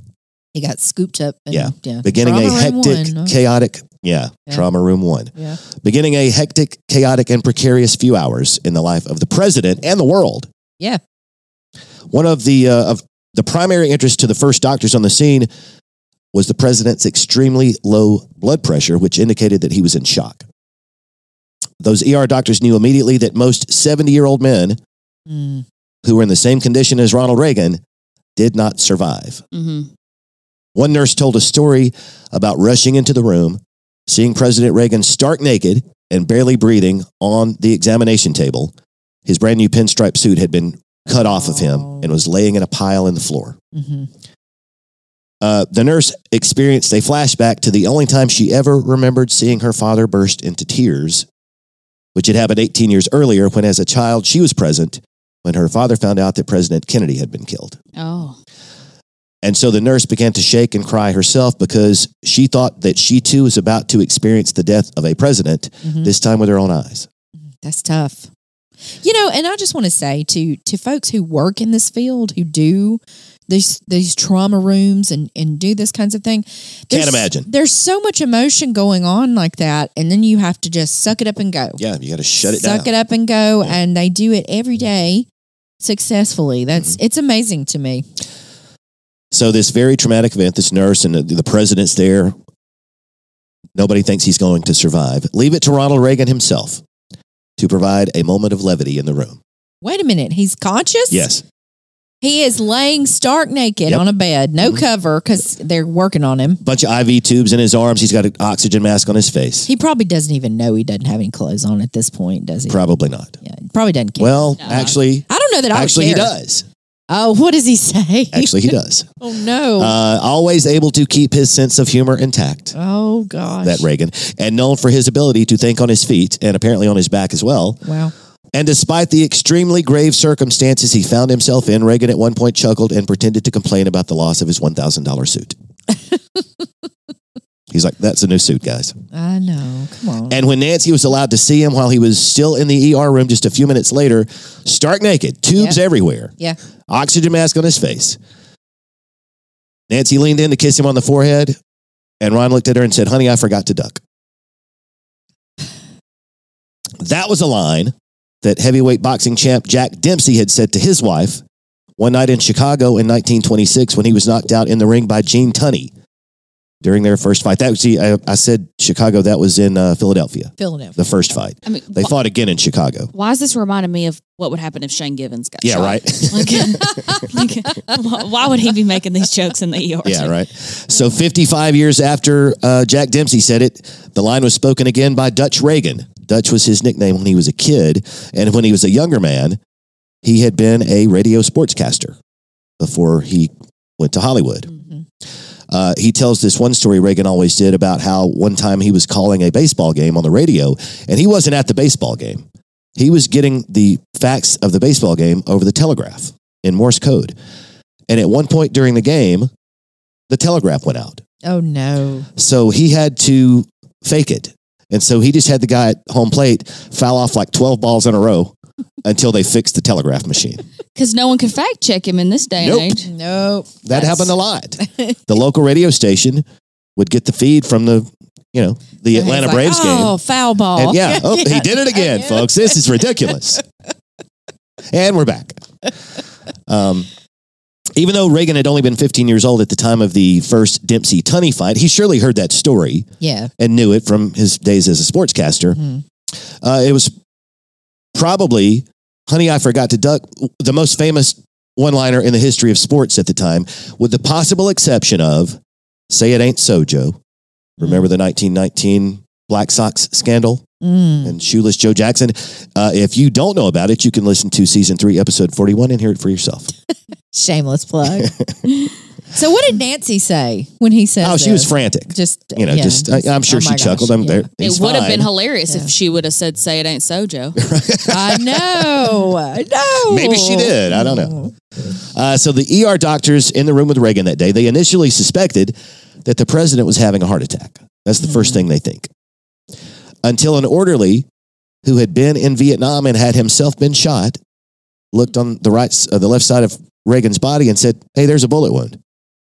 Speaker 3: He got scooped up. And,
Speaker 2: Yeah.
Speaker 3: yeah.
Speaker 2: beginning
Speaker 3: Trauma
Speaker 2: a
Speaker 3: room
Speaker 2: hectic,
Speaker 3: one.
Speaker 2: chaotic, yeah,
Speaker 3: Yeah.
Speaker 2: trauma room one,
Speaker 3: Yeah.
Speaker 2: beginning a hectic, chaotic, and precarious few hours in the life of the president and the world.
Speaker 3: Yeah.
Speaker 2: One of the uh, of the primary interest to the first doctors on the scene was the president's extremely low blood pressure, which indicated that he was in shock. Those ER doctors knew immediately that most 70 year old men
Speaker 3: Mm.
Speaker 2: who were in the same condition as Ronald Reagan did not survive.
Speaker 4: hmm
Speaker 2: One nurse told a story about rushing into the room, seeing President Reagan stark naked and barely breathing on the examination table. His brand new pinstripe suit had been cut off of him
Speaker 3: Oh.
Speaker 2: and was laying in a pile in the floor.
Speaker 3: hmm
Speaker 2: Uh, the nurse experienced a flashback to the only time she ever remembered seeing her father burst into tears, which had happened 18 years earlier when, as a child, she was present when her father found out that President Kennedy had been killed.
Speaker 4: Oh,
Speaker 2: And so the nurse began to shake and cry herself because she thought that she too was about to experience the death of a president,
Speaker 3: Mhm.
Speaker 2: this time with her own eyes.
Speaker 3: That's tough. You know, and I just want to say to to folks who work in this field, who do these these trauma rooms and and do this kinds of thing. there's-
Speaker 2: imagine.
Speaker 3: There's so much emotion going on like that, and then you have to just suck it up and go.
Speaker 2: Yeah, you got to shut it
Speaker 3: suck
Speaker 2: down.
Speaker 3: it up and go,
Speaker 2: Yeah. Mm-hmm.
Speaker 3: and they do it every day successfully. That's it's amazing to me.
Speaker 2: So this very traumatic event, this nurse and the, the president's there. Nobody thinks he's going to survive. Leave it to Ronald Reagan himself to provide a moment of levity in the room.
Speaker 3: Wait a minute, he's conscious.
Speaker 2: Yes.
Speaker 3: he is laying stark naked
Speaker 2: Yep.
Speaker 3: on a bed, no
Speaker 2: Mhm.
Speaker 3: cover, because they're working on him.
Speaker 2: Bunch of IV tubes in his arms. He's got an oxygen mask on his face.
Speaker 3: He probably doesn't even know he doesn't have any clothes on at this point, does he?
Speaker 2: Probably not.
Speaker 3: Yeah, probably doesn't care.
Speaker 2: Well,
Speaker 4: No.
Speaker 2: actually,
Speaker 3: I don't know that I would
Speaker 2: actually he
Speaker 3: care.
Speaker 2: does.
Speaker 3: Oh, what does he say?
Speaker 2: Actually, he does.
Speaker 3: oh no.
Speaker 2: Uh, always able to keep his sense of humor intact.
Speaker 3: oh gosh.
Speaker 2: that Reagan, and known for his ability to think on his feet and apparently on his back as well.
Speaker 3: Wow.
Speaker 2: And despite the extremely grave circumstances he found himself in, Reagan at one point chuckled and pretended to complain about the loss of his $1,000 suit. He's like, that's a new suit, guys.
Speaker 3: I know. Come on.
Speaker 2: And when Nancy was allowed to see him while he was still in the ER room just a few minutes later, stark naked, tubes
Speaker 3: Yeah.
Speaker 2: everywhere,
Speaker 3: yeah.
Speaker 2: oxygen mask on his face. Nancy leaned in to kiss him on the forehead, and Ron looked at her and said, Honey, I forgot to duck. That was a line that heavyweight boxing champ Jack Dempsey had said to his wife one night in Chicago in 1926 when he was knocked out in the ring by Gene Tunney during their first fight. That was, see, I, I said Chicago, that was in uh, Philadelphia,
Speaker 3: Philadelphia.
Speaker 2: the first fight.
Speaker 4: I mean,
Speaker 2: They
Speaker 4: wh-
Speaker 2: fought again in Chicago.
Speaker 4: why is this reminding me of what would happen if Shane Givens got
Speaker 2: Yeah,
Speaker 4: shot?
Speaker 2: right.
Speaker 4: Like, like, why- why would he be making these jokes in the ER?
Speaker 2: Yeah, right. So 55 years after uh, Jack Dempsey said it, the line was spoken again by Dutch Reagan. Dutch was his nickname when he was a kid. And when he was a younger man, he had been a radio sportscaster before he went to Hollywood.
Speaker 3: Mhm.
Speaker 2: Uh, he tells this one story Reagan always did about how one time he was calling a baseball game on the radio and he wasn't at the baseball game. He was getting the facts of the baseball game over the telegraph in Morse code. And at one point during the game, the telegraph went out.
Speaker 3: Oh no.
Speaker 2: So he had to fake it. And so he just had the guy at home plate foul off like 12 balls in a row until they fixed the telegraph machine.
Speaker 4: Because no one could fact check him in this day
Speaker 2: Nope.
Speaker 4: and age.
Speaker 3: No.
Speaker 2: That happened a lot. The local radio station would get the feed from the, you know, the Atlanta Braves game.
Speaker 3: Oh, foul ball.
Speaker 2: And yeah, oh, he
Speaker 3: Yeah.
Speaker 2: did it again,
Speaker 3: Yeah.
Speaker 2: folks. This is ridiculous. and we're back. Um, even though Reagan had only been 15 years old at the time of the first Dempsey Tunney fight, he surely heard that story
Speaker 3: Yeah.
Speaker 2: and knew it from his days as a sportscaster.
Speaker 3: Mhm.
Speaker 2: Uh, it was probably "Honey, I Forgot to Duck," the most famous one-liner in the history of sports at the time, with the possible exception of "Say It Ain't So, Joe." Remember the 1919 Black Sox scandal?
Speaker 3: Mm.
Speaker 2: and Shoeless Joe Jackson. Uh, if you don't know about it, you can listen to season three, episode 41, and hear it for yourself.
Speaker 3: Shameless plug. so what did Nancy say when he said
Speaker 2: oh, she was
Speaker 3: this?
Speaker 2: frantic.
Speaker 3: just
Speaker 2: You know,
Speaker 3: yeah,
Speaker 2: just, I, I'm sure
Speaker 3: oh
Speaker 2: she
Speaker 3: my gosh,
Speaker 2: chuckled. I'm
Speaker 3: yeah.
Speaker 2: there.
Speaker 4: It
Speaker 2: he's
Speaker 4: would have
Speaker 2: fine.
Speaker 4: been hilarious
Speaker 3: Yeah.
Speaker 4: if she would have said, "Say it ain't Sojo."
Speaker 3: I know. I know.
Speaker 2: Maybe she did. I don't know. Uh, so the ER doctors in the room with Reagan that day, they initially suspected that the
Speaker 3: Hmm.
Speaker 2: president was having a heart attack. That's the first thing they think. Until an orderly who had been in Vietnam and had himself been shot, looked on the right, s- uh, the left side of Reagan's body and said, "Hey, there's a bullet wound."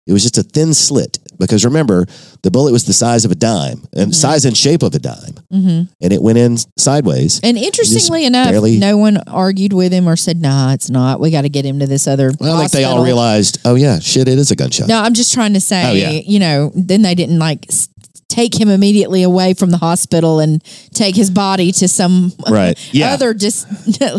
Speaker 2: It was just a thin slit because remember, the bullet was the size of a dime and size and shape of a dime,
Speaker 3: Mm-hmm.
Speaker 2: and it went in sideways.
Speaker 3: And interestingly enough,
Speaker 2: barely-
Speaker 3: no one argued with him or said, "Nah, it's not. We got to get him to this other."
Speaker 2: Well, I think they all
Speaker 3: hospital."
Speaker 2: realized, "Oh yeah, shit, it is a gunshot."
Speaker 3: No, I'm just trying to say,
Speaker 2: Oh, yeah.
Speaker 3: you know, then they didn't like s- take him immediately away from the hospital and take his body to some
Speaker 2: Right. Yeah.
Speaker 3: other just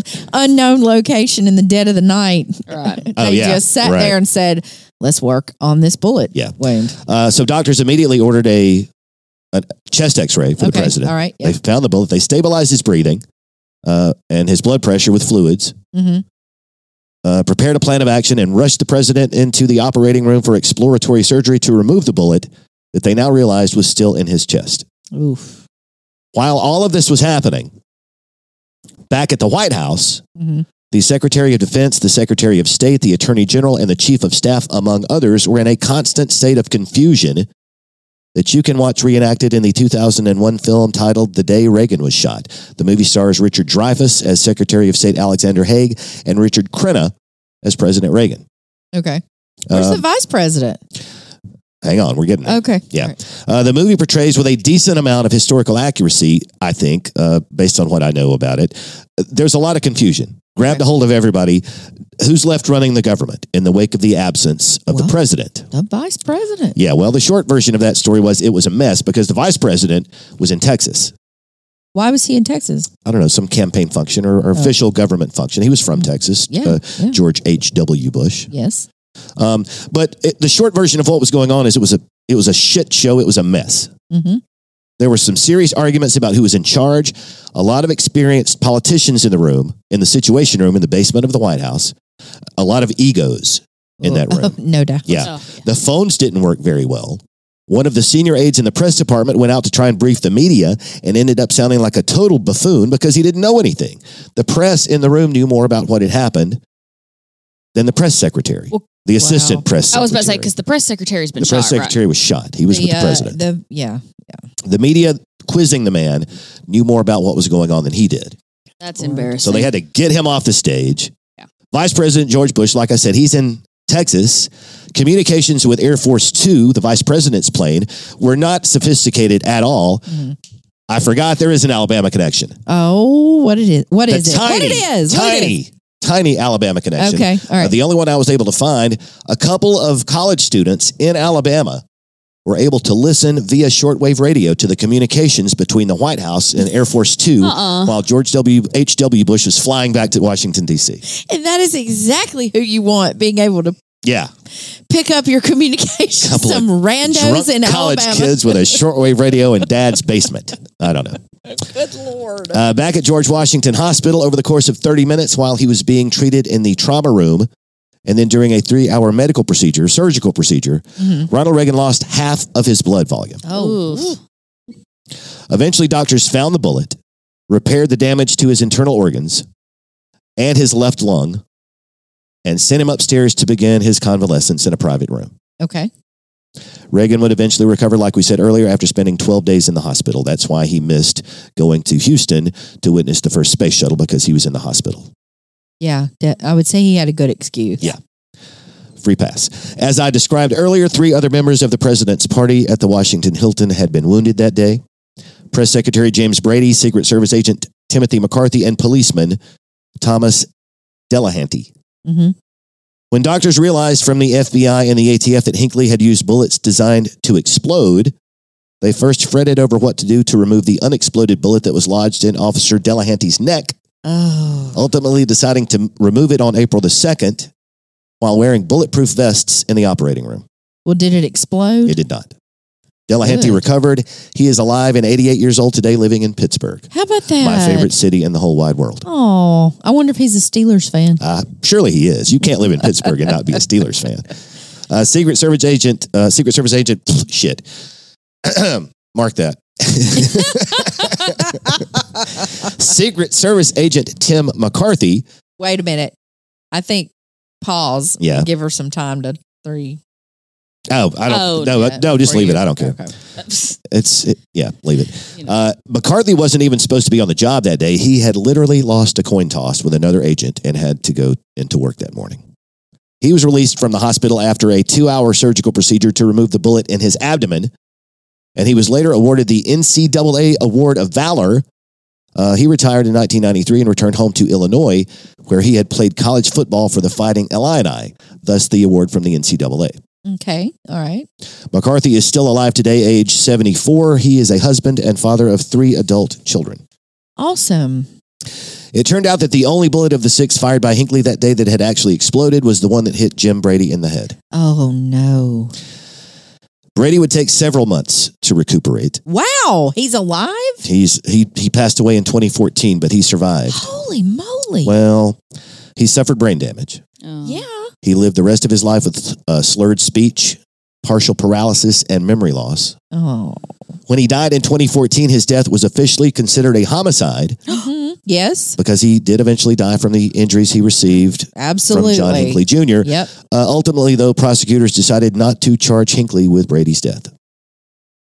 Speaker 3: unknown location in the dead of the night. Right. they
Speaker 2: Oh, yeah.
Speaker 3: just sat
Speaker 2: Right.
Speaker 3: there and said, "Let's work on this bullet
Speaker 2: Yeah.
Speaker 3: wound."
Speaker 2: Uh, so doctors immediately ordered a, a chest X-ray for the
Speaker 3: Okay,
Speaker 2: president.
Speaker 3: all right,
Speaker 2: They found the bullet. They stabilized his breathing uh, and his blood pressure with fluids.
Speaker 3: hmm
Speaker 2: Uh, prepared a plan of action and rushed the president into the operating room for exploratory surgery to remove the bullet that they now realized was still in his chest.
Speaker 3: Oof.
Speaker 2: While all of this was happening, back at the White House,
Speaker 3: Mhm.
Speaker 2: the Secretary of Defense, the Secretary of State, the Attorney General, and the Chief of Staff, among others, were in a constant state of confusion that you can watch reenacted in the 2001 film titled The Day Reagan Was Shot. The movie stars Richard Dreyfuss as Secretary of State Alexander Haig and Richard Crenna as President Reagan.
Speaker 3: Okay. Where's
Speaker 2: Uh,
Speaker 3: the vice president?
Speaker 2: hang on, we're getting there.
Speaker 3: Okay.
Speaker 2: Yeah.
Speaker 3: All right.
Speaker 2: Uh, the movie portrays with a decent amount of historical accuracy, I think, uh, based on what I know about it. Uh, There's a lot of confusion. Grabbed a hold of everybody. Who's left running the government in the wake of the absence of
Speaker 3: Well.
Speaker 2: the president?
Speaker 3: The vice president.
Speaker 2: Yeah, well, the short version of that story was it was a mess because the vice president was in Texas.
Speaker 3: Why was he in Texas?
Speaker 2: I don't know, some campaign function or, or official government function. He was from Texas,
Speaker 3: Oh. Yeah,
Speaker 2: uh,
Speaker 3: yeah.
Speaker 2: George H.W. Bush.
Speaker 3: Yes.
Speaker 2: Um, but it, the short version of what was going on is it was a it was a shit show. It was a mess.
Speaker 3: Mm-hmm.
Speaker 2: There were some serious arguments about who was in charge. A lot of experienced politicians in the room, in the Situation Room, in the basement of the White House. A lot of egos in
Speaker 3: Oh.
Speaker 2: that room.
Speaker 3: no doubt.
Speaker 2: Yeah.
Speaker 4: So,
Speaker 2: The phones didn't work very well. One of the senior aides in the press department went out to try and brief the media and ended up sounding like a total buffoon because he didn't know anything. The press in the room knew more about what had happened than the press secretary,
Speaker 4: Well,
Speaker 2: the assistant
Speaker 3: wow.
Speaker 2: press secretary.
Speaker 4: I was about to say because the press secretary's been
Speaker 2: the
Speaker 4: shot.
Speaker 2: press secretary was shot. He was with the
Speaker 3: uh,
Speaker 2: president.
Speaker 3: the- yeah.
Speaker 2: the media quizzing the man knew more about what was going on than he did.
Speaker 4: right? That's embarrassing.
Speaker 2: So they had to get him off the stage.
Speaker 4: Yeah.
Speaker 2: Vice President George Bush, like I said, he's in Texas. Communications with Air Force Two, the vice president's plane, were not sophisticated at all.
Speaker 3: Mhm.
Speaker 2: I forgot there is an Alabama connection.
Speaker 3: Oh, what it is? What
Speaker 2: The
Speaker 3: is it? What it is? What it
Speaker 2: Tiny,
Speaker 3: is?
Speaker 2: tiny Alabama connection.
Speaker 3: Okay. All
Speaker 2: Uh,
Speaker 3: right.
Speaker 2: the only one I was able to find, a couple of college students in Alabama were able to listen via shortwave radio to the communications between the White House and Air Force Two
Speaker 4: Uh-uh.
Speaker 2: while George W. H.W. Bush was flying back to Washington, D.C.
Speaker 3: and that is exactly who you want being able to
Speaker 2: Yeah.
Speaker 3: pick up your communication.
Speaker 2: Couple of
Speaker 3: Some randos
Speaker 2: Drunk
Speaker 3: in
Speaker 2: college
Speaker 3: Alabama.
Speaker 2: kids with a shortwave radio in dad's basement. I don't know.
Speaker 3: Good lord.
Speaker 2: Uh, back at George Washington Hospital, over the course of 30 minutes while he was being treated in the trauma room, and then during a three hour medical procedure, surgical procedure, Ronald Reagan lost half of his blood volume.
Speaker 3: Mm-hmm. oh.
Speaker 2: Eventually, doctors found the bullet, repaired the damage to his internal organs and his left lung, and sent him upstairs to begin his convalescence in a private room.
Speaker 3: Okay.
Speaker 2: Reagan would eventually recover, like we said earlier, after spending 12 days in the hospital. That's why he missed going to Houston to witness the first space shuttle because he was in the hospital.
Speaker 3: Yeah. de- I would say he had a good excuse.
Speaker 2: Yeah. Free pass. As I described earlier, three other members of the president's party at the Washington Hilton had been wounded that day. Press Secretary James Brady, Secret Service Agent Timothy McCarthy, and policeman Thomas Delahanty.
Speaker 3: Mhm.
Speaker 2: When doctors realized from the FBI and the ATF that Hinckley had used bullets designed to explode, they first fretted over what to do to remove the unexploded bullet that was lodged in Officer Delahanty's neck
Speaker 3: Oh.
Speaker 2: ultimately deciding to m- remove it on April the 2nd while wearing bulletproof vests in the operating room.
Speaker 3: Well, did it explode?
Speaker 2: It did not. Delahanty
Speaker 3: Good.
Speaker 2: recovered. He is alive and 88 years old today, living in Pittsburgh,
Speaker 3: How about that?
Speaker 2: my favorite city in the whole wide world.
Speaker 3: Oh, I wonder if he's a Steelers fan.
Speaker 2: Uh, surely he is. You can't live in Pittsburgh and not be a Steelers fan. Uh, Secret Service agent, uh, Secret Service agent, shit. Mark that. Secret Service agent Tim McCarthy
Speaker 3: Wait a minute. I think pause.
Speaker 2: Yeah.
Speaker 3: And give her some time to three.
Speaker 2: Oh, I don't.
Speaker 4: Oh,
Speaker 2: no,
Speaker 4: yeah.
Speaker 2: no, just
Speaker 3: Were
Speaker 2: leave
Speaker 3: you-
Speaker 2: it. I don't care.
Speaker 3: Okay.
Speaker 2: It's it, yeah, leave it. Uh, McCarthy wasn't even supposed to be on the job that day. He had literally lost a coin toss with another agent and had to go into work that morning. He was released from the hospital after a two-hour surgical procedure to remove the bullet in his abdomen, and he was later awarded the NCAA Award of Valor. Uh, he retired in 1993 and returned home to Illinois, where he had played college football for the Fighting Illini, thus the award from the NCAA.
Speaker 3: Okay. All right.
Speaker 2: McCarthy is still alive today, age 74. He is a husband and father of three adult children.
Speaker 3: Awesome.
Speaker 2: It turned out that the only bullet of the six fired by Hinckley that day that had actually exploded was the one that hit Jim Brady in the head.
Speaker 3: Oh no.
Speaker 2: Brady would take several months to recuperate.
Speaker 3: Wow. He's alive?
Speaker 2: He's he he passed away in 2014, but he survived.
Speaker 3: Holy moly.
Speaker 2: Well, he suffered brain damage.
Speaker 4: Oh.
Speaker 3: yeah.
Speaker 2: He lived the rest of his life with uh, slurred speech, partial paralysis, and memory loss.
Speaker 3: Oh.
Speaker 2: When he died in 2014, his death was officially considered a homicide
Speaker 3: Mhm. Yes.
Speaker 2: because he did eventually die from the injuries he received
Speaker 3: Absolutely.
Speaker 2: from John Hinckley Jr.
Speaker 3: Yep.
Speaker 2: Uh, ultimately, though, prosecutors decided not to charge Hinckley with Brady's death.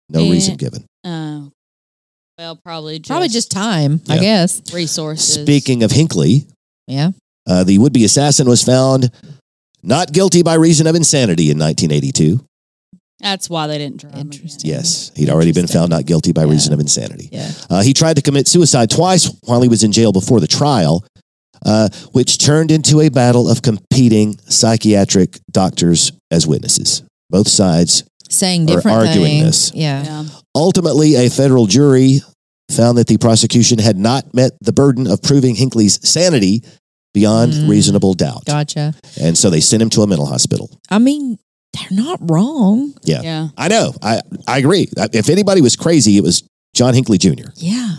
Speaker 2: No
Speaker 4: Eh.
Speaker 2: reason given.
Speaker 4: Oh. well, probably just
Speaker 3: Probably just time, I
Speaker 2: Yeah.
Speaker 3: guess.
Speaker 4: resources.
Speaker 2: Speaking of Hinckley,
Speaker 3: Yeah.
Speaker 2: uh, the would be assassin was found not guilty by reason of insanity in 1982.
Speaker 4: that's why they didn't try.
Speaker 3: Interesting.
Speaker 4: Him
Speaker 2: Yes, he'd already been
Speaker 3: Interesting.
Speaker 2: found not guilty by
Speaker 3: Yeah.
Speaker 2: reason of insanity.
Speaker 3: Yeah.
Speaker 2: Uh, he tried to commit suicide twice while he was in jail before the trial, uh, which turned into a battle of competing psychiatric doctors as witnesses. Both sides.
Speaker 3: Saying
Speaker 2: Or
Speaker 3: different
Speaker 2: arguing
Speaker 3: things.
Speaker 2: this.
Speaker 3: Yeah.
Speaker 4: again. Yeah.
Speaker 2: Ultimately, a federal jury found that the prosecution had not met the burden of proving Hinckley's sanity beyond
Speaker 3: Mm.
Speaker 2: reasonable doubt.
Speaker 3: Gotcha.
Speaker 2: And so they sent him to a mental hospital.
Speaker 3: I mean, they're not wrong.
Speaker 2: Yeah.
Speaker 4: Yeah.
Speaker 2: I know. I, I agree. If anybody was crazy, it was John Hinckley Jr.
Speaker 3: Yeah.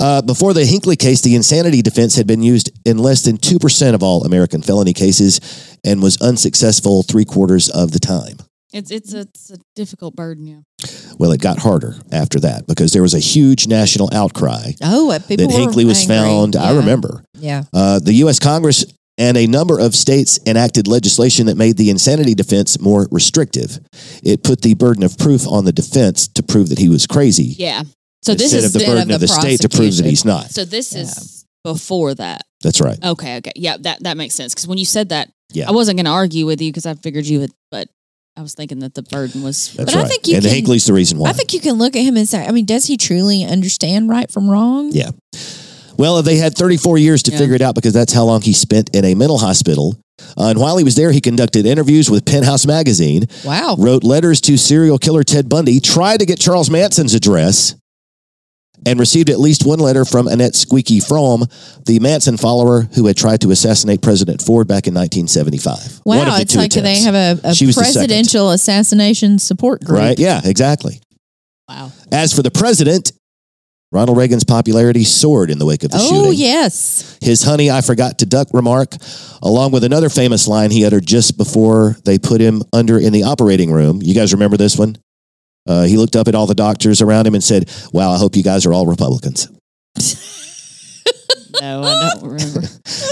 Speaker 2: Uh, before the Hinckley case, the insanity defense had been used in less than 2% of all American felony cases and was unsuccessful three quarters of the time.
Speaker 4: It's it's it's a difficult burden. Yeah.
Speaker 2: Well, it got harder after that because there was a huge national outcry
Speaker 3: Oh, what people
Speaker 2: that
Speaker 3: were
Speaker 2: Hinckley was
Speaker 3: angry.
Speaker 2: found. I
Speaker 3: Yeah.
Speaker 2: remember.
Speaker 3: Yeah.
Speaker 2: Uh, the U.S. Congress and a number of states enacted legislation that made the insanity defense more restrictive. It put the burden of proof on the defense to prove that he was crazy
Speaker 4: Yeah. So this
Speaker 2: instead
Speaker 4: is
Speaker 2: of the
Speaker 3: instead
Speaker 2: burden
Speaker 3: of
Speaker 2: of
Speaker 3: the
Speaker 2: the, state to prove that
Speaker 3: prosecution.
Speaker 2: he's not.
Speaker 4: so this
Speaker 3: Yeah.
Speaker 4: is before that.
Speaker 2: That's right.
Speaker 4: Okay. Okay. Yeah. That that makes sense because when you said that,
Speaker 2: Yeah.
Speaker 4: I wasn't going to argue with you because I figured you would, but I was thinking that the burden was.
Speaker 2: That's
Speaker 3: But I
Speaker 2: right.
Speaker 3: think you
Speaker 2: and
Speaker 3: can-
Speaker 2: Hinckley's the reason why.
Speaker 3: I think you can look at him and say, I mean, does he truly understand right from wrong?
Speaker 2: Yeah. Well, they had 34 years to
Speaker 4: Yeah.
Speaker 2: figure it out because that's how long he spent in a mental hospital. Uh, and while he was there, he conducted interviews with Penthouse Magazine,
Speaker 3: Wow.
Speaker 2: wrote letters to serial killer Ted Bundy, tried to get Charles Manson's address, and received at least one letter from Annette Squeaky Frome, the Manson follower who had tried to assassinate President Ford back in 1975. One of
Speaker 3: Wow.
Speaker 2: the
Speaker 3: It's
Speaker 2: two
Speaker 3: like they
Speaker 2: attempts.
Speaker 3: have a, a
Speaker 2: She was the second.
Speaker 3: presidential assassination support group.
Speaker 2: Right? Yeah, exactly.
Speaker 4: Wow.
Speaker 2: As for the president, Ronald Reagan's popularity soared in the wake of the shooting.
Speaker 3: Oh, yes.
Speaker 2: His honey, I forgot to duck remark, along with another famous line he uttered just before they put him under in the operating room. You guys remember this one? Uh, he looked up at all the doctors around him and said, Wow, I hope you guys are all Republicans.
Speaker 4: No, I don't remember.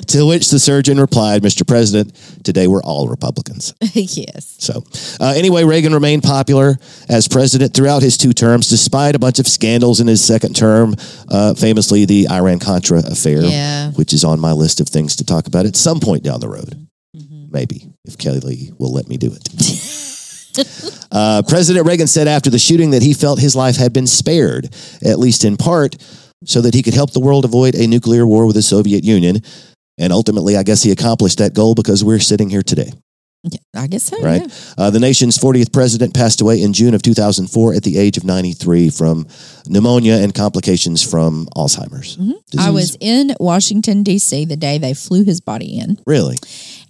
Speaker 2: to which the surgeon replied, Mr. President, today we're all Republicans.
Speaker 3: yes.
Speaker 2: So, uh, anyway, Reagan remained popular as president throughout his two terms, despite a bunch of scandals in his second term, uh, famously the Iran Contra affair,
Speaker 3: Yeah.
Speaker 2: which is on my list of things to talk about at some point down the road. Maybe if Kelly will let me do it. uh, President Reagan said after the shooting that he felt his life had been spared, at least in part, so that he could help the world avoid a nuclear war with the Soviet Union. And ultimately, I guess he accomplished that goal because we're sitting here today,
Speaker 3: I guess so.
Speaker 2: right?
Speaker 3: yeah.
Speaker 2: Uh, the nation's 40th president passed away in June of 2004 at the age of 93 from pneumonia and complications from Alzheimer's.
Speaker 3: Mm-hmm. I
Speaker 2: disease.
Speaker 3: was in Washington, D.C. the day they flew his body in.
Speaker 2: Really?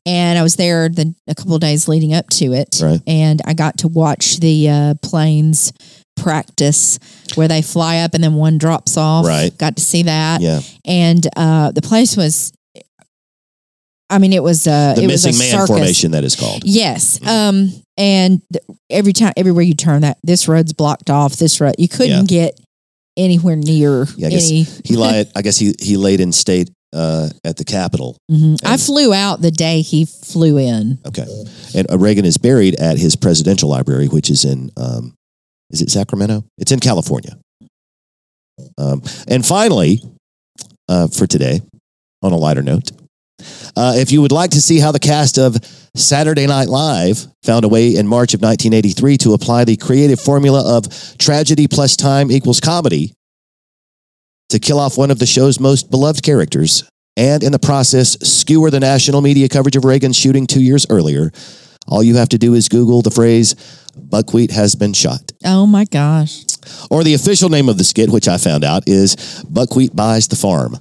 Speaker 3: and I was there the a couple of days leading up to it,
Speaker 2: Right.
Speaker 3: and I got to watch the uh, planes practice where they fly up and then one drops off.
Speaker 2: Right.
Speaker 3: got to see that,
Speaker 2: Yeah.
Speaker 3: and uh, the place was, I mean, it was uh,
Speaker 2: The
Speaker 3: it
Speaker 2: missing
Speaker 3: was a
Speaker 2: man
Speaker 3: circus.
Speaker 2: formation, Mm-hmm. that is called.
Speaker 3: Yes, um, and th- every time, everywhere you turn, that this road's blocked off. This road, you couldn't get anywhere near
Speaker 2: Yeah, I guess
Speaker 3: any.
Speaker 2: he lied. I guess he he laid in state uh, at the Capitol.
Speaker 3: mm-hmm. I flew out the day he flew in.
Speaker 2: Okay. And uh, Reagan is buried at his presidential library, which is in, um, is it Sacramento? It's in California. Um, and finally, uh, for today, on a lighter note, uh, if you would like to see how the cast of Saturday Night Live found a way in March of 1983 to apply the creative formula of tragedy plus time equals comedy to kill off one of the show's most beloved characters, and in the process, skewer the national media coverage of Reagan's shooting two years earlier, all you have to do is Google the phrase, Buckwheat has been shot.
Speaker 3: Oh my gosh.
Speaker 2: Or the official name of the skit, which I found out, is Buckwheat Buys the Farm.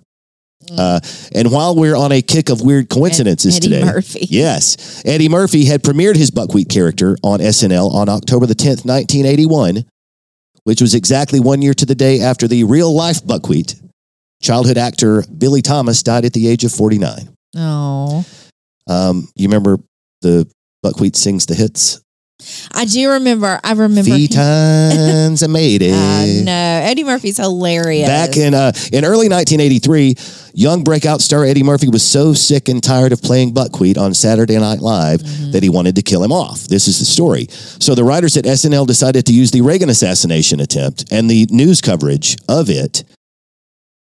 Speaker 2: Uh, and while we're on a kick of weird coincidences
Speaker 3: Mm. Eddie
Speaker 2: today,
Speaker 3: Murphy.
Speaker 2: yes, Eddie Murphy had premiered his buckwheat character on SNL on October the 10th, 1981, which was exactly one year to the day after the real life buckwheat, childhood actor Billy Thomas, died at the age of 49.
Speaker 3: Oh.
Speaker 2: Um, you remember the Buckwheat sings the hits?
Speaker 3: I do remember. I remember.
Speaker 2: Three times I made it.
Speaker 3: Uh, no, Eddie Murphy's hilarious.
Speaker 2: Back in uh, in early 1983, young breakout star Eddie Murphy was so sick and tired of playing Buckwheat on Saturday Night Live that he wanted to kill him off. This is the story. So the writers at SNL decided to use the Reagan assassination attempt and the news coverage of it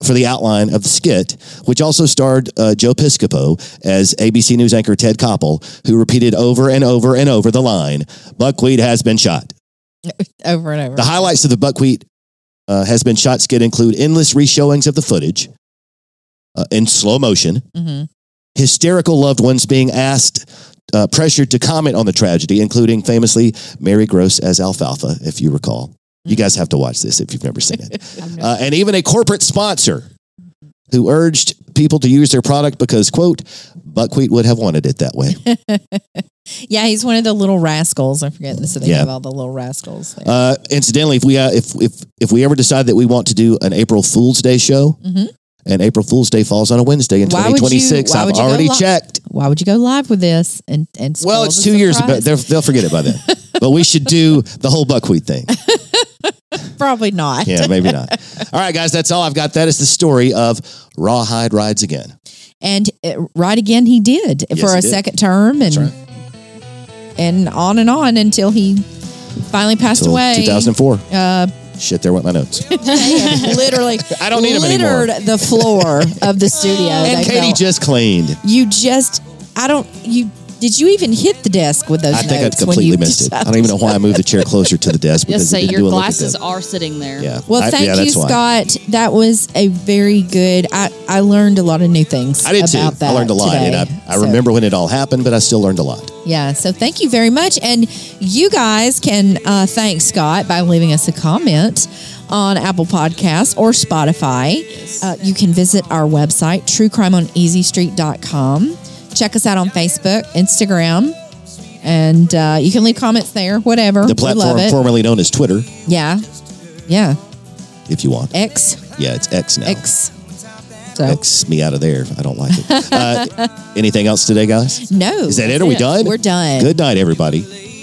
Speaker 2: for the outline of the skit, which also starred uh, Joe Piscopo as ABC News anchor Ted Koppel, who repeated over and over and over the line, "Buckwheat has been shot."
Speaker 3: over and over.
Speaker 2: The highlights of the buckwheat uh, has been shot skit include endless reshowings of the footage uh, in slow motion,
Speaker 3: Mhm.
Speaker 2: hysterical loved ones being asked, uh, pressured to comment on the tragedy, including famously Mary Gross as Alfalfa, if you recall. You guys have to watch this if you've never seen it. uh, and even a corporate sponsor who urged people to use their product because, quote, buckwheat would have wanted it that way.
Speaker 3: Yeah, he's one of the little rascals. I forget this. So they
Speaker 2: Yeah.
Speaker 3: have all the little rascals. there.
Speaker 2: Uh, incidentally, if we uh, if if if we ever decide that we want to do an April Fool's Day show,
Speaker 3: Mhm.
Speaker 2: and April Fool's Day falls on a Wednesday in
Speaker 3: Why would you-
Speaker 2: 2026,
Speaker 3: why
Speaker 2: I've
Speaker 3: would you go
Speaker 2: already
Speaker 3: li-
Speaker 2: checked.
Speaker 3: Why would you go live with this? And and
Speaker 2: Well,
Speaker 3: spoil
Speaker 2: it's
Speaker 3: the
Speaker 2: two years, but
Speaker 3: surprise?
Speaker 2: they'll they'll forget it by then. but we should do the whole buckwheat thing.
Speaker 3: probably not.
Speaker 2: Yeah, maybe not. All right, guys, that's all I've got. That is the story of Rawhide rides again.
Speaker 3: And uh, right again, he did for
Speaker 2: he
Speaker 3: a
Speaker 2: did.
Speaker 3: second term, and
Speaker 2: right.
Speaker 3: and on and on until he finally passed
Speaker 2: Till
Speaker 3: away.
Speaker 2: 2004.
Speaker 3: Uh,
Speaker 2: Shit, there went my notes.
Speaker 3: literally,
Speaker 2: I don't need 'em anymore.
Speaker 3: littered the floor of the studio.
Speaker 2: and
Speaker 3: They
Speaker 2: Katie
Speaker 3: felt-
Speaker 2: just cleaned.
Speaker 3: you just, I don't, you did you even hit the desk with those?
Speaker 2: I think I
Speaker 3: notes when
Speaker 2: completely
Speaker 3: you
Speaker 2: missed it. I
Speaker 3: decided-
Speaker 2: don't even know why I moved the chair closer to the desk
Speaker 4: Yes,
Speaker 2: because
Speaker 4: say
Speaker 2: it didn't
Speaker 4: your
Speaker 2: do a look at
Speaker 4: glasses
Speaker 2: the-
Speaker 4: are sitting there.
Speaker 2: Yeah. I-
Speaker 3: Well, thank
Speaker 2: yeah,
Speaker 3: you,
Speaker 2: that's why.
Speaker 3: Scott. That was a very good. I, I learned a lot of new things.
Speaker 2: I did
Speaker 3: about
Speaker 2: too.
Speaker 3: That
Speaker 2: I learned a lot,
Speaker 3: today.
Speaker 2: and I, I
Speaker 3: So,
Speaker 2: remember when it all happened, but I still learned a lot.
Speaker 3: Yeah. So thank you very much, and you guys can uh, thank Scott by leaving us a comment on Apple Podcasts or Spotify. Uh, you can visit our website, truecrimeoneasystreet.com. Check us out on Facebook, Instagram, and uh, you can leave comments there. Whatever.
Speaker 2: The
Speaker 3: we
Speaker 2: platform
Speaker 3: love it.
Speaker 2: formerly known as Twitter,
Speaker 3: yeah. Yeah.
Speaker 2: if you want.
Speaker 3: X
Speaker 2: Yeah, it's X now.
Speaker 3: X. So
Speaker 2: X me out of there. I don't like it. uh, anything else today, guys?
Speaker 3: no.
Speaker 2: Is that it? Are we done?
Speaker 3: We're done.
Speaker 2: Good night, everybody.